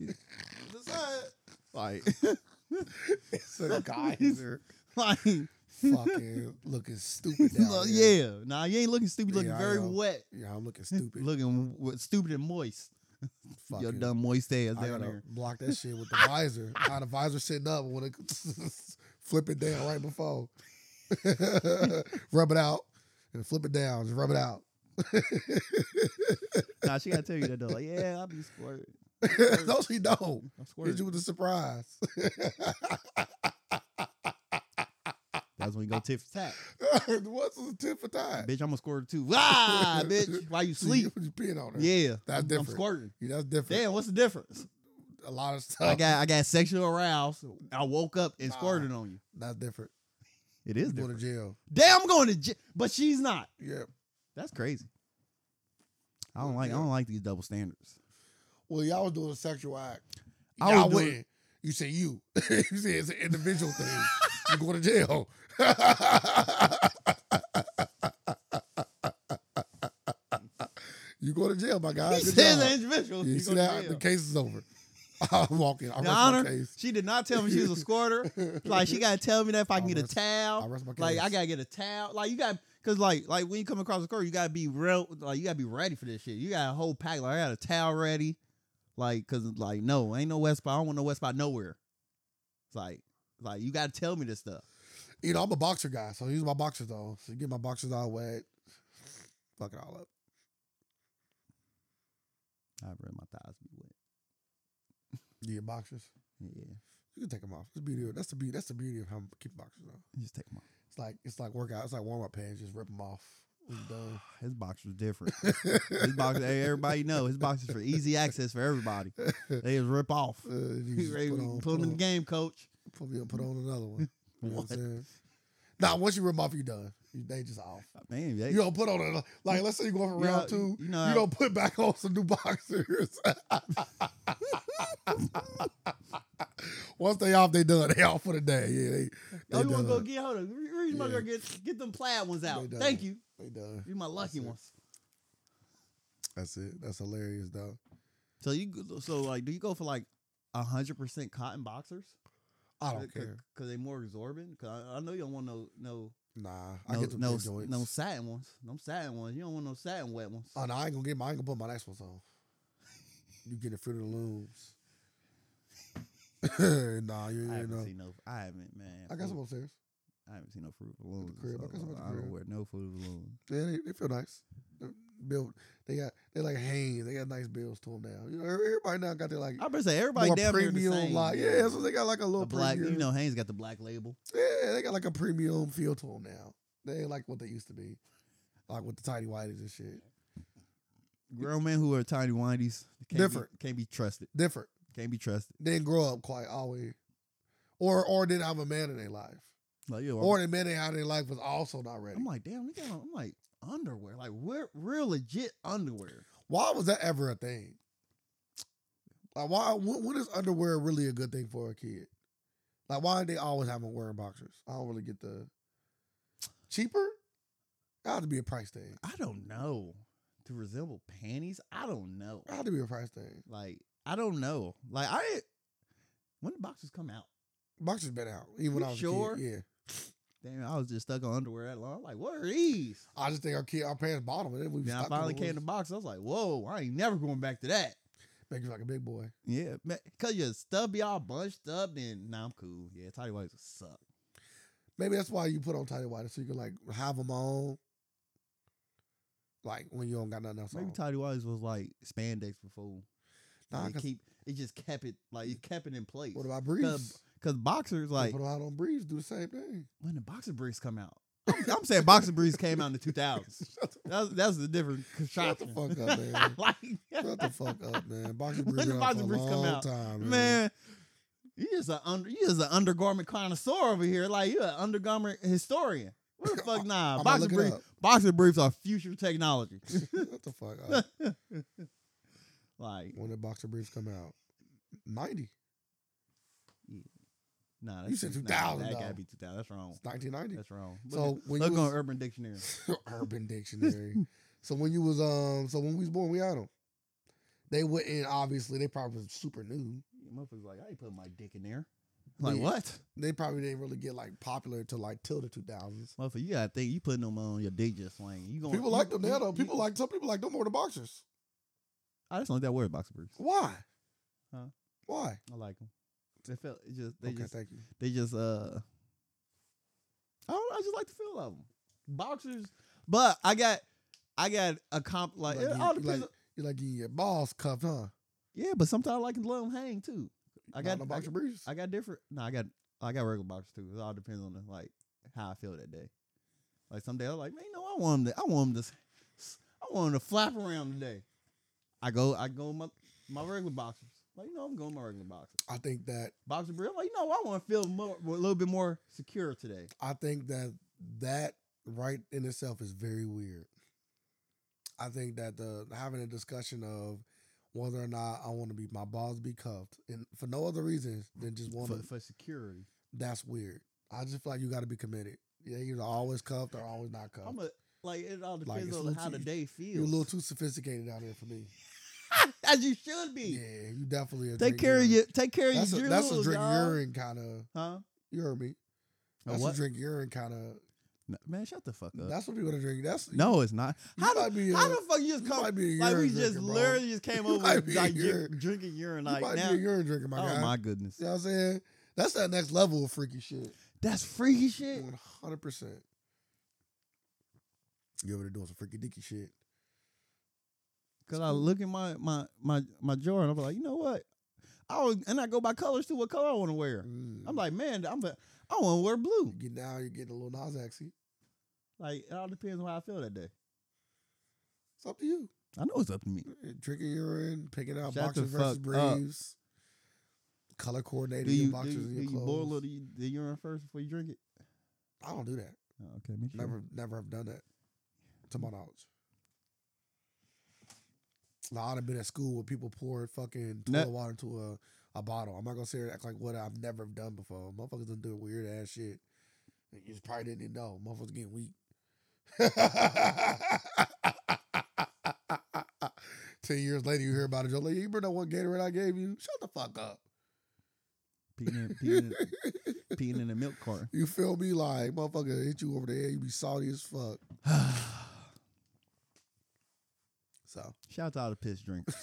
It's a side. like,
it's a geyser.
like,
fucking looking stupid. Down
look,
here.
yeah. Nah, you ain't looking stupid. You looking
Yeah, I
very
know.
wet.
Yeah, I'm looking stupid.
Looking w- stupid and moist.
fucking,
Your dumb moist ass
I
down
gotta
there.
block that shit with the visor. I had a visor sitting up when it flip it down right before. rub it out and flip it down. Just rub it out.
Nah, she gotta tell you that though. Like, yeah, I'll be squirting.
no, she don't.
I'm
Hit you
squirting.
with a surprise.
That's when you go tit for tat.
What's a tip for time?
Bitch, I'm a squirter too. Ah, bitch. While you sleep.
You, you peeing on her.
Yeah.
That's
I'm,
different.
I'm squirting.
Yeah, that's different.
Damn, what's the difference?
A lot of stuff.
I got I got sexual aroused. I woke up and
Nah.
squirted on you.
that's different.
It is
You
different.
going to jail.
Damn, I'm going to jail. But she's not.
Yeah.
That's crazy. I don't like I don't like these double standards.
Well, y'all was doing a sexual act.
I
y'all
was doing-
wouldn't. You say you. you say it's an individual thing. you go to jail. you go to jail, my guy.
He
Good
says
job.
an individual.
You
you
see
go to
that?
jail.
The case is over. I'm walking.
Now,
I rest my
Honor,
case.
she did not tell me she was a squirter. like she gotta tell me that if I can
I
get a
rest-
towel.
I rest my case.
Like I gotta get a towel. Like you got because like like when you come across the court, you gotta be real. Like you gotta be ready for this shit. You got a whole pack. Like I got a towel ready. Like cause like no, ain't no West by. I don't want no West by nowhere. It's like like you gotta tell me this stuff.
You know, I'm a boxer guy, so use my boxers though. So get my boxers all wet. Fuck it all up.
I read my thighs be wet.
Yeah, boxers.
Yeah,
You can take them off. It's beauty. of- That's the beauty. That's the beauty of how I'm keeping boxers on.
just take them off.
It's like it's like workout. It's like warm up pants. Just rip them off. It's done.
His box was different. His box, hey, everybody know his box is for easy access for everybody. They just rip off.
Uh, you
You
just
ready?
put on,
Put him in the game, coach.
Put, me- put on another one. You know what? I'm
What?
saying? Nah, once you rip 'em off, you done. You, they just off.
Man, they,
You don't put on a like. Let's say you going for
You know-
round two.
you know how-
you don't put back on some new boxers. Once they off, they done. They off for the day. Yeah, they
oh,
they
you want to go
done.
get hold of? Read my
Yeah.
girl, get get them plaid ones out.
done.
Thank you.
they done.
You my lucky
it.
ones.
That's it. That's hilarious, though.
So you go- so like do you go for like hundred percent cotton boxers?
I don't care.
because they more absorbent. Cause I, I know you don't want no no
Nah, I
no
get them
no,
big joints.
no satin ones. No satin ones. You don't want no satin wet ones.
Oh, no, I ain't gonna get my. I ain't gonna put my next ones on. You getting fruit of the looms? nah, you,
I
you
haven't
know.
seen no. I haven't man.
I got some upstairs.
I haven't seen no fruit balloons.
crib. I got some at the
I don't
crib.
wear no fruit balloons.
Yeah, they, they feel nice. They're Built. They got they like Hanes. They got nice bills to them now. You know, everybody now got their like
I better say everybody
more
damn near the
premium
same.
like yeah. So they got like a
The
little
black.
premium.
You know, Haynes got the black label.
Yeah, they got like a premium feel to them now. They ain't like what they used to be, like with the tidy whities and shit.
Grown men who are tiny windies can't Be,
Different.
can't be trusted.
Different.
Can't be trusted.
They didn't grow up quite always, or or didn't have a man in their life.
Like yo, I'm-
Or the man they had in their life was also not ready.
I'm like, damn, we got. I'm like underwear, like real, real legit underwear.
Why was that ever a thing? Like, why? When, when is underwear really a good thing for a kid? Like, why are they always having wearing boxers? I don't really get the cheaper. Got to be a price thing.
I don't know to resemble panties. I don't know.
Got to be a price thing.
Like I don't know. Like I didn't- when the boxes come out.
Boxers been out even when
You
I was
sure?
a kid. Yeah,
Damn, I was just stuck on underwear that long. I'm like, what are these?
I just think our kid, our parents bought them, and then we
Then I
stuck
finally
with 'em.
came to box. I was like, whoa, I ain't never going back to that.
make you like a big boy.
Yeah, man, cause your stuff be all bunched up. Then nah, I'm cool. Yeah, tidy whites would suck.
Maybe that's why you put on tidy whities so you can like have them on. Like when you don't got nothing else
Maybe
on.
tidy whites was like spandex before.
Nah,
it
'cause-
keep it just kept it like it kept it in place.
what about briefs?
Cause boxers like
People out on briefs do the same thing.
when the boxer briefs come out. I'm, I'm saying boxer briefs came out in the 2000s.
Shut the,
That's that's the different
shut the
construction.
fuck up, man.
like,
Shut the fuck up, man. Boxing
When
briefs
the
been out
boxing
for a
briefs come
long
out,
time, man.
man. You just an under, you just an undergarment connoisseur over here. Like you an undergarment historian. What the fuck? Nah,
I'ma
boxer
look it
briefs.
up.
Boxer briefs are future technology.
Shut the fuck up.
like,
When did boxer briefs come out? Ninety.
nah,
You
that's
said
nah,
2000
That
though.
gotta be two thousand. That's wrong.
It's nineteen ninety.
That's wrong. Look,
So when
look
you
on
was,
Urban Dictionary.
Urban Dictionary. so when you was um, so when we was born, we had them. They wouldn't obviously. They probably was super new.
Motherfuckers like, I ain't putting my dick in there.
Well,
Like
yeah.
what?
They probably didn't really get like popular till like till the two thousands.
Motherfucker, you gotta think you putting them on your dick just swing. You going
People like them now though. People like some people like them more than boxers.
I just don't like that word boxer briefs.
Why?
Huh?
Why?
I like them. They felt it just they
okay,
just
thank you.
they just uh. I don't. know, I just like the feel of them. Boxers, but I got I got a comp like,
Like
it
you-
all
you
depends.
like-
on-
You like getting your balls cuffed, huh?
yeah, but sometimes I like to let them hang too. I
Not
got
no
I,
boxer briefs.
I got different. No, I got I got regular boxers too. It all depends on the, like how I feel that day. Like some day I'm like, man, no, I want them to. I want them to. s- I want them to flap around today. I go. I go in my my regular boxers. Like you know, I'm going in my regular boxers.
I think that
Boxer brief. I'm like, no, I want to feel more, a little bit more secure today.
I think that that right in itself is very weird. I think that the having a discussion of whether or not I want to be my balls be cuffed and for no other reason than just want
for,
to
for security.
that's weird. I just feel like you got to be committed. Yeah, you're always cuffed or always not cuffed.
I'm a like it all
Like,
depends
it's
on how the
low-key.
day
you're a
feels.
little too sophisticated out here for me.
As you should be.
Yeah, you definitely a
Take
drink
care of
urine.
your take care of
That's a,
your
that's a
jewels,
drink
dawg.
urine kind of.
Huh?
You heard me.
A
That's a,
what?
drink urine kind of.
No, man, shut the fuck up.
That's what people that drink. That's
no, it's not.
you
How
might
the,
be a-
how the fuck you just
you
come
might be a
like we
urine
just
drinker, bro.
literally just came
You
over
might
with,
be a
like ju-
urine-
drinking urine
You
like
might
now.
be a urine drinker, my
oh
guy.
my goodness.
You know what I'm saying? That's that next level of freaky shit.
That's freaky shit.
Mm. 100%. You over there doing some freaky dicky shit.
Cause I look at my my my my drawer and I'm like, you know what? I always, and I go by colors too. What color I want to wear?
Mm.
I'm like, hmm. man, I'm a, I want to wear blue.
you get now, you're getting a little Nas X-y.
Like it all depends on how I feel that day.
It's up to you. Eh,
I know it's up to me.
Drinking urine, picking
Shut
out
the
boxers versus
fuck up.
briefs, color coordinating
Do you,
your
do
boxers
you,
and
do
your
you
clothes.
boil the, the urine first before you drink it?
I don't do that.
Oh, okay, me too.
Never, never have done that, to my knowledge. Now, I'd have been at school where people poured fucking
Ne-
toilet water into a, a bottle. I'm not gonna sit here and act like what I've never done before. Motherfuckers done do weird ass shit. You just probably didn't even know. Motherfuckers getting weak. Ten years later, you hear about it. You're like, you remember that one Gatorade I gave you? Shut the fuck up.
Peeing, in, peeing, in, peeing in a milk carton.
You feel me? Like motherfucker hit you over the head. You be salty as fuck. So
Shout out to all the piss drinks.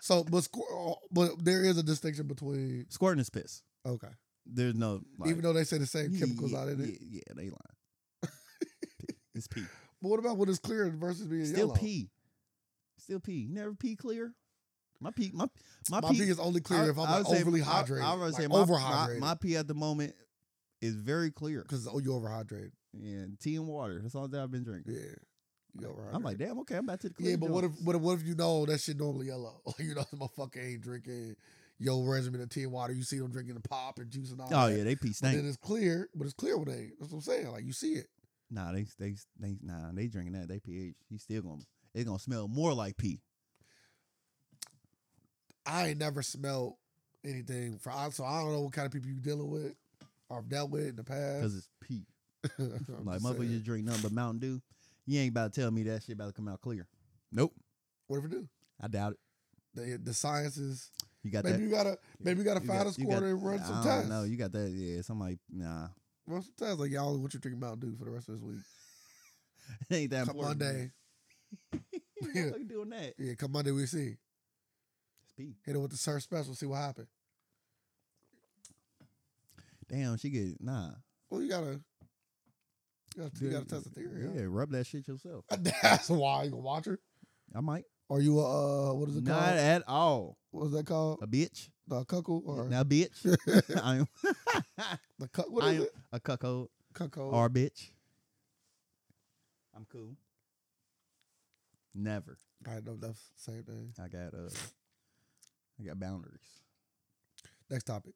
So, but squ- uh, but there is a distinction between
Squirting is piss.
okay,
There's no like,
even though they say the same
Yeah,
chemicals
yeah,
out in it.
Yeah, yeah, they lying. Pee. it's pee.
But what about when it's clear versus being
Still
yellow?
pee. Still pee. You never pee clear. My pee. My my,
My, pee, is only clear
I-
if I'm
I
like
would say-
overly
I-
hydrated.
I, would
like
say my,
over
my,
hydrated
my pee at the moment is very clear.
because oh, you overhydrated.
Yeah, tea and water. That's all that I've been drinking.
Yeah, you overhydrated.
I'm like, damn, okay, I'm back to the clear.
yeah, but what if
joints.
what if, what if you know that shit normally yellow? you know, my fucking ain't drinking yo regimen of tea and water. You see them drinking the pop and juice and all.
Oh
that.
yeah, they pee
But then
stank.
it's clear, but it's clear when they. That's what I'm saying. Like you see it.
Nah, they they they nah, they drinking that. They pH. You still gonna it's gonna smell more like pee.
I ain't never smelled anything for so I don't know what kind of people you dealing with or have dealt with in the
Cause
past.
it's pee.
I'm
Like
just
motherfucker
saying.
just drink nothing but Mountain Dew. You ain't about to tell me that shit about to come out clear. Nope.
what if it do?
I doubt it.
The, the sciences.
You got
Maybe
that.
you gotta maybe you gotta
You
find
got-
a
you got-
squirter and run some
I don't
tests.
know. You got that. Yeah, somebody. Nah,
Run some tests. Like y'all what you drinking Mountain Dew for the rest of this week.
it ain't that
Come
important.
Monday. Yeah.
Motherfucker doing that.
Yeah, come Monday we see.
It's pee.
Hit it with the surf special, see what happened.
Damn, she get nah.
Well you gotta you gotta, you gotta test the theory.
Yeah,
Yeah.
rub that shit yourself.
That's why you gonna watch her.
I might.
Are you a uh what is it
Not
called?
at all.
What is that called?
A bitch.
The cuckoo or
Now, bitch. I'm
the cuck what
I
is
am
it? Oh.
a cuckold
Cuckoo.
or a bitch. I'm cool. Never.
I know that's the same thing.
I got uh, I got boundaries.
Next topic.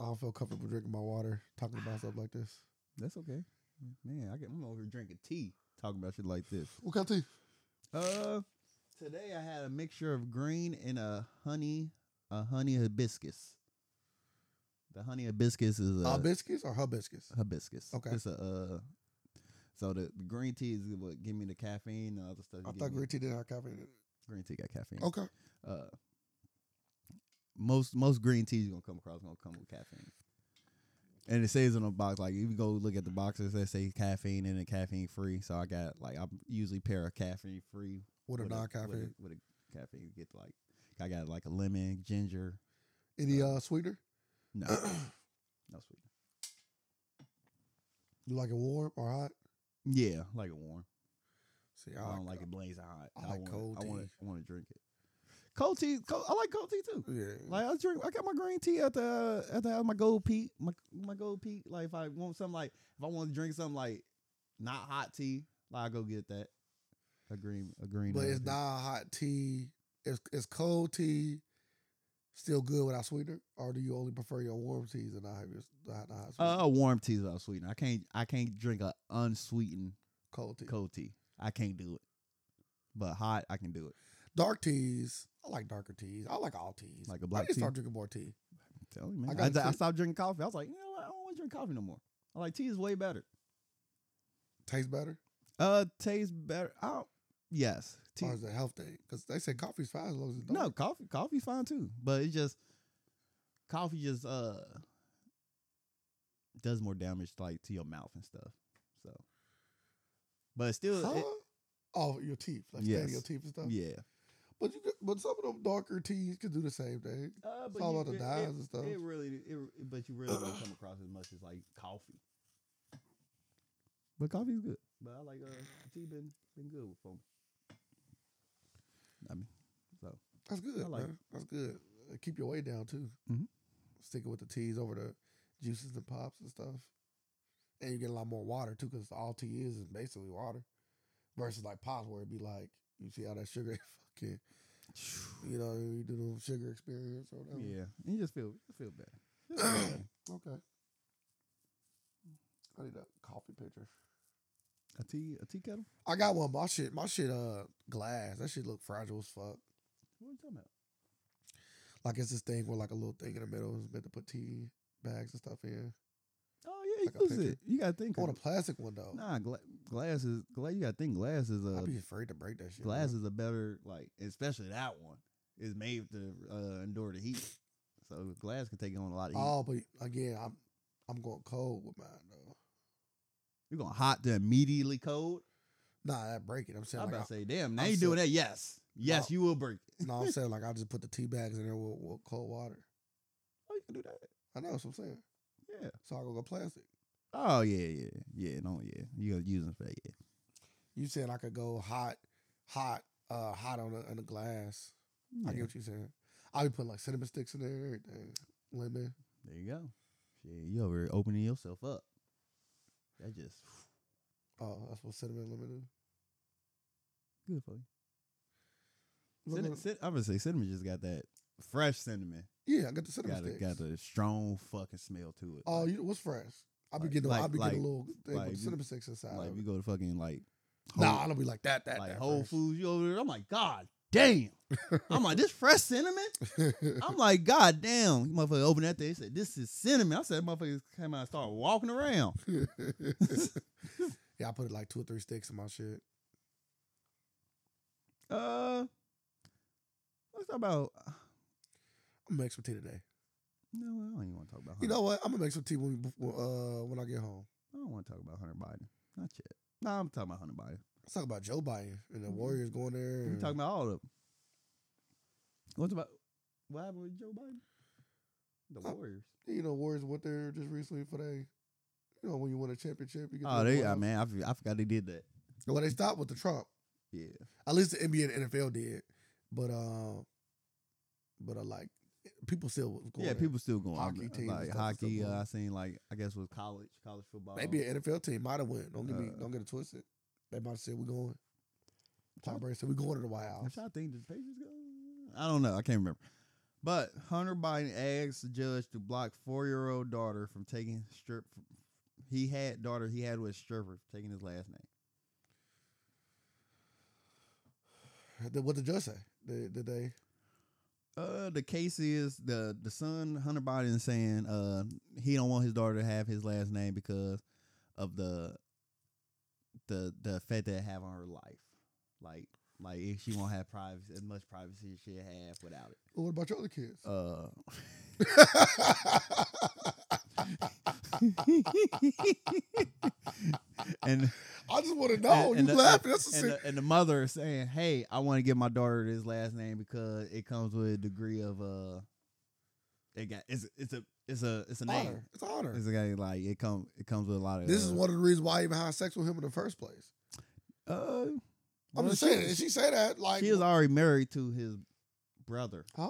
I don't feel comfortable drinking my water, talking about stuff like this.
That's okay. Man, I get, I'm over here drinking tea, talking about shit like this.
What kind of tea?
Uh, today I had a mixture of green and a honey, a honey hibiscus. The honey hibiscus is a
Hibiscus or hibiscus?
hibiscus.
Okay.
it's a uh. So the, the green tea is what give me the caffeine and other stuff.
I
give
thought
me-
green tea didn't have caffeine in it.
green tea got caffeine.
Okay.
Uh, most most green teas you gonna come across gonna come with caffeine. And it says on the box, like if you go look at the boxes that say caffeine and then caffeine free. So I got like I usually pair a caffeine free
What a
with
non
with
caffeine.
a- with a caffeine. You get like I got like a lemon, ginger.
Any uh, sweetener?
No, no sweet.
You like it warm or hot?
Yeah, I like it warm.
See,
I don't like it blazing hot.
Oh, I like
wanna,
cold
I want
tea.
to I want to drink it. Cold tea. Cold, I like cold tea too.
Yeah.
Like I drink, I got my green tea at the at the house, my gold peak, my my gold peak. Like if I want something like if I want to drink something like not hot tea, like I go get that a green a green.
but
uh,
it's
tea.
not hot tea. It's, it's cold tea. Still good without sweetener, or do you only prefer your warm teas and not have your not, not hot
Uh,
sweetener?
a warm tea is sweetener. I can't I can't drink a unsweetened
cold tea,
cold tea. I can't do it. But hot, I can do it.
dark teas. I like darker teas. I like all teas.
Like a black
I need to
tea.
start drinking more tea.
Tell you, man.
I
I,
gotta
I,
quit.
stopped drinking coffee. I was like, you know what? I don't want to drink coffee no more. I like tea is way better.
Tastes better.
Uh, tastes better. I don't, yes, tea.
Or is it a health thing? Because they say coffee's fine as long as it's
No,
dark.
coffee coffee's fine too, but it's just coffee just uh does more damage like to your mouth and stuff. So, but it's still,
Huh?
it-
oh, your teeth, like staining
Yes.
your teeth and stuff.
yeah.
But you, could, but some of them darker teas can do the same thing.
Uh,
It's all about the dyes and stuff.
It really, it, it- but you really don't come across as much as like coffee. But coffee's good. But I like uh, tea been been good for me. I mean, so
That's good.
I like
man. That's good. Uh, Keep your weight down too.
Mhm.
Sticking with the teas over the juices and pops and stuff, and you get a lot more water too because all tea is is basically water, versus like pops where it'd be like you see how that sugar fucking You know, you do the little sugar experience or whatever.
Yeah, you just feel you feel bad. Just feel bad.
Okay. I need a coffee pitcher.
A tea, a tea kettle.
I got one. but My shit, my shit, uh, glass. That shit look fragile as fuck.
What are you talking about?
Like it's this thing with like a little thing in the middle. It's meant to put tea bags and stuff in.
Oh yeah,
Like a
you use
picture.
it. You gotta think.
I want
of-
a plastic one though.
nah, gla- glass is glass. You gotta think glass is a
I'd be afraid to break that shit.
glass
man.
is a better like, especially that one is made to uh, endure the heat. So glass can take on a lot of heat.
Oh, but again, I'm I'm going cold with mine though.
You're going hot to immediately cold.
Nah, that break it. I'm saying
I'm
like,
about to
I,
say, damn. Now
I'm
you doing
saying-
that? Yes, yes,
No.
you will break. It.
no, I'm saying like I just put the tea bags in there with, with cold water.
Oh, you can do that.
I know that's what I'm saying.
Yeah.
So I go go plastic.
Oh yeah, yeah, yeah. No, yeah. You gonna use them for that? Yeah.
You said I could go hot, hot, uh, hot on the on the glass. I
Yeah.
get what you're saying. I be putting like cinnamon sticks in there and everything. Lemon.
There you go. Shit, you over here opening yourself up. That just
Oh, that's what cinnamon and lemon do.
good for you.
Lemon-
Cinnamon, cin- I'm gonna say cinnamon just got that fresh cinnamon.
yeah, I got the cinnamon
Got a,
sticks.
got a strong fucking smell to it.
oh, you, what's fresh? I be
Like-
getting, I
like-
be getting
like-
a little thing
like
with
you-
cinnamon sticks inside.
like
of
you
it.
go to fucking like whole,
nah, I don't be like that. That
like
that
Whole
fresh.
Foods. You over there? I'm like, God damn. I'm like, this fresh cinnamon.
I
I'm like, God damn. You motherfucker opened that thing. He said, This is cinnamon. I said, motherfuckers came out and started walking around.
yeah, I put like two or three sticks in my shit.
Uh, let's talk about.
I'm gonna make some tea today.
No, I don't even want to talk about.
You
Hunter.
know what? I'm gonna make some tea when we- when, uh, when I get home.
I don't want to talk about Hunter Biden. Not yet. No, I'm talking about Hunter Biden.
Let's talk about Joe Biden and the Warriors going there.
We
and-
Mm-hmm. talking about all of them. What's about what happened with Joe Biden? The
Oh,
Warriors.
you know, Warriors went there just recently for they. You know, when you win a championship, you get
Oh,
to the
they I
playoffs.
man, I, forg- I forgot they did that.
Well, they stopped with the Trump.
Yeah.
At least the NBA and NFL did, but uh, but uh, like people still was going.
yeah,
there.
people still going.
Hockey teams and
like
stuff are still
hockey.
going.
Uh, I seen like I guess with college, college football.
Maybe an NFL team might have went. Don't get me.
Oh. Uh,
Don't get it twisted. They might have said we going. Tom Brady said we going to the White
I'm
House.
trying to think. Did the Patriots go? I don't know. I can't remember. But Hunter Biden asks the judge to block four-year-old daughter from taking strip. He had daughter he had with stripper taking his last name.
Then What did the judge say? Did, did they?
Uh, the case is the the son Hunter Biden is saying uh he don't want his daughter to have his last name because of the the the effect that it have on her life, like like if she won't have privacy as much privacy as she have without it.
Well, what about your other kids?
Uh, Uh, and
I just want to know. you laughing? That's a
and,
sick.
the, and the mother is saying, "Hey, I want to give my daughter this last name because it comes with a degree of uh, it got it's it's a it's a it's a name.
honor. It's honor.
It's a, like it come it comes with a lot of.
This is
uh,
one of the reasons why I even had sex with him in the first place.
Uh,
I'm
well,
just
she-
saying. If she say that, like,
she is already married to his brother.
huh?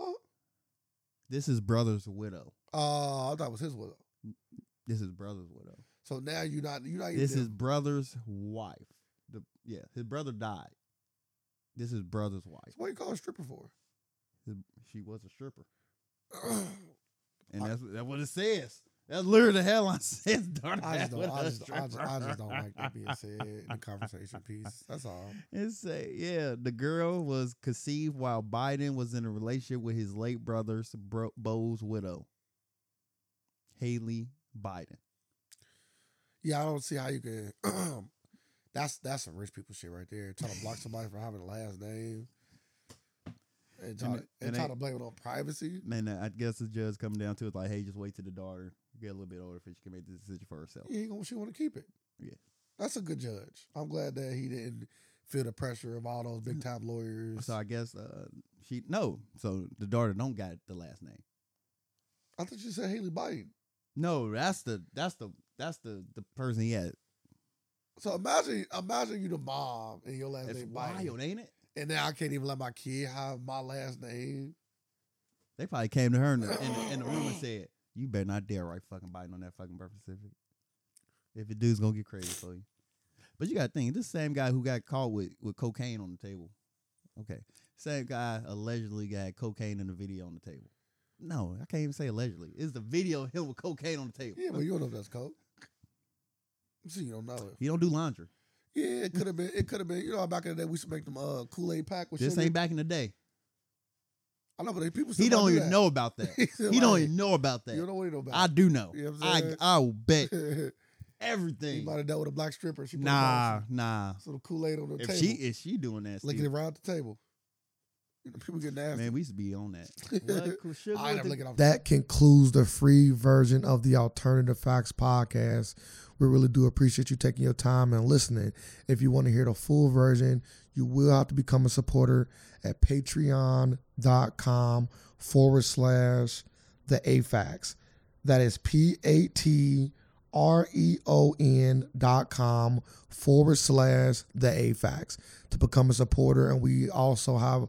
This is brother's widow.
Uh, I thought it was his widow.
This is brother's widow.
So now you're not. You're not. even
This
there.
is brother's wife. The yeah, his brother died. This is brother's wife.
So what you call a stripper for?
His- She was a stripper.
I
And
I-
that's that's what it says. That's literally the headline says. Daughter
just
had
don't.
with
I
a
just, I just, I just don't like that being
stripper.
said in the conversation piece. That's all.
It say, yeah, the girl was conceived while Biden was in a relationship with his late brother's bro- Bo's widow, Haley Biden.
Yeah, I don't see how you can. that's that's some rich people shit right there. Trying to block somebody from having a last name. And trying,
And
to,
it-
and
and
trying
it-
to blame it on privacy.
Man, I I guess the judge coming down to it like, hey, just wait till the daughter get a little bit older if she can make the decision for herself.
Yeah, he gonna, she want to keep it.
Yeah.
that's a good judge. I'm glad that he didn't feel the pressure of all those
Mm.
big time lawyers.
So I guess uh, she no. So the daughter don't got the last name.
I thought you said Haley Biden.
No, that's the that's the that's the the person he had.
So imagine, imagine you the mom and your last
That's
name Biden.
wild, ain't it?
and now I can't even let my kid have my last name.
They probably came to her in the, in the, in the room and said, "You better not dare write fucking Biden on that fucking birth certificate. If it do's gonna get crazy for you." But you got to think, this same guy who got caught with with cocaine on the table. Okay, Same guy allegedly got cocaine in the video on the table. No, I can't even say allegedly. It's the video of him with cocaine on the table.
Yeah, but you don't know if that's coke. See, you don't know it.
He don't do laundry.
Yeah, it could have been. It could have been. You know, how back in the day, we used to make them uh, Kool Aid pack with
This
sugar.
ain't back in the day.
I know, but they- people. Still
He don't
do
even
that.
know about that.
He's
He don't
like,
even know about
You
that.
don't even know
I
about.
do know.
You know what I'm
I
saying?
I will bet
it. he
everything.
might have dealt with a black stripper. She put a
Nah, nah.
box of Kool Aid on the
If
table.
she is she doing that,
looking
Steve?
around the table. You know, people get nasty.
man, we used to be on that. What? Cool sugar
I
with
am
the-
looking off. That concludes the free version of the Alternative Facts podcast. We really do appreciate you taking your time and listening. If you want to hear the full version, you will have to become a supporter at patreon.com forward slash the AFAX. That is P A T R E O N dot com forward slash the AFAX to become a supporter. And we also have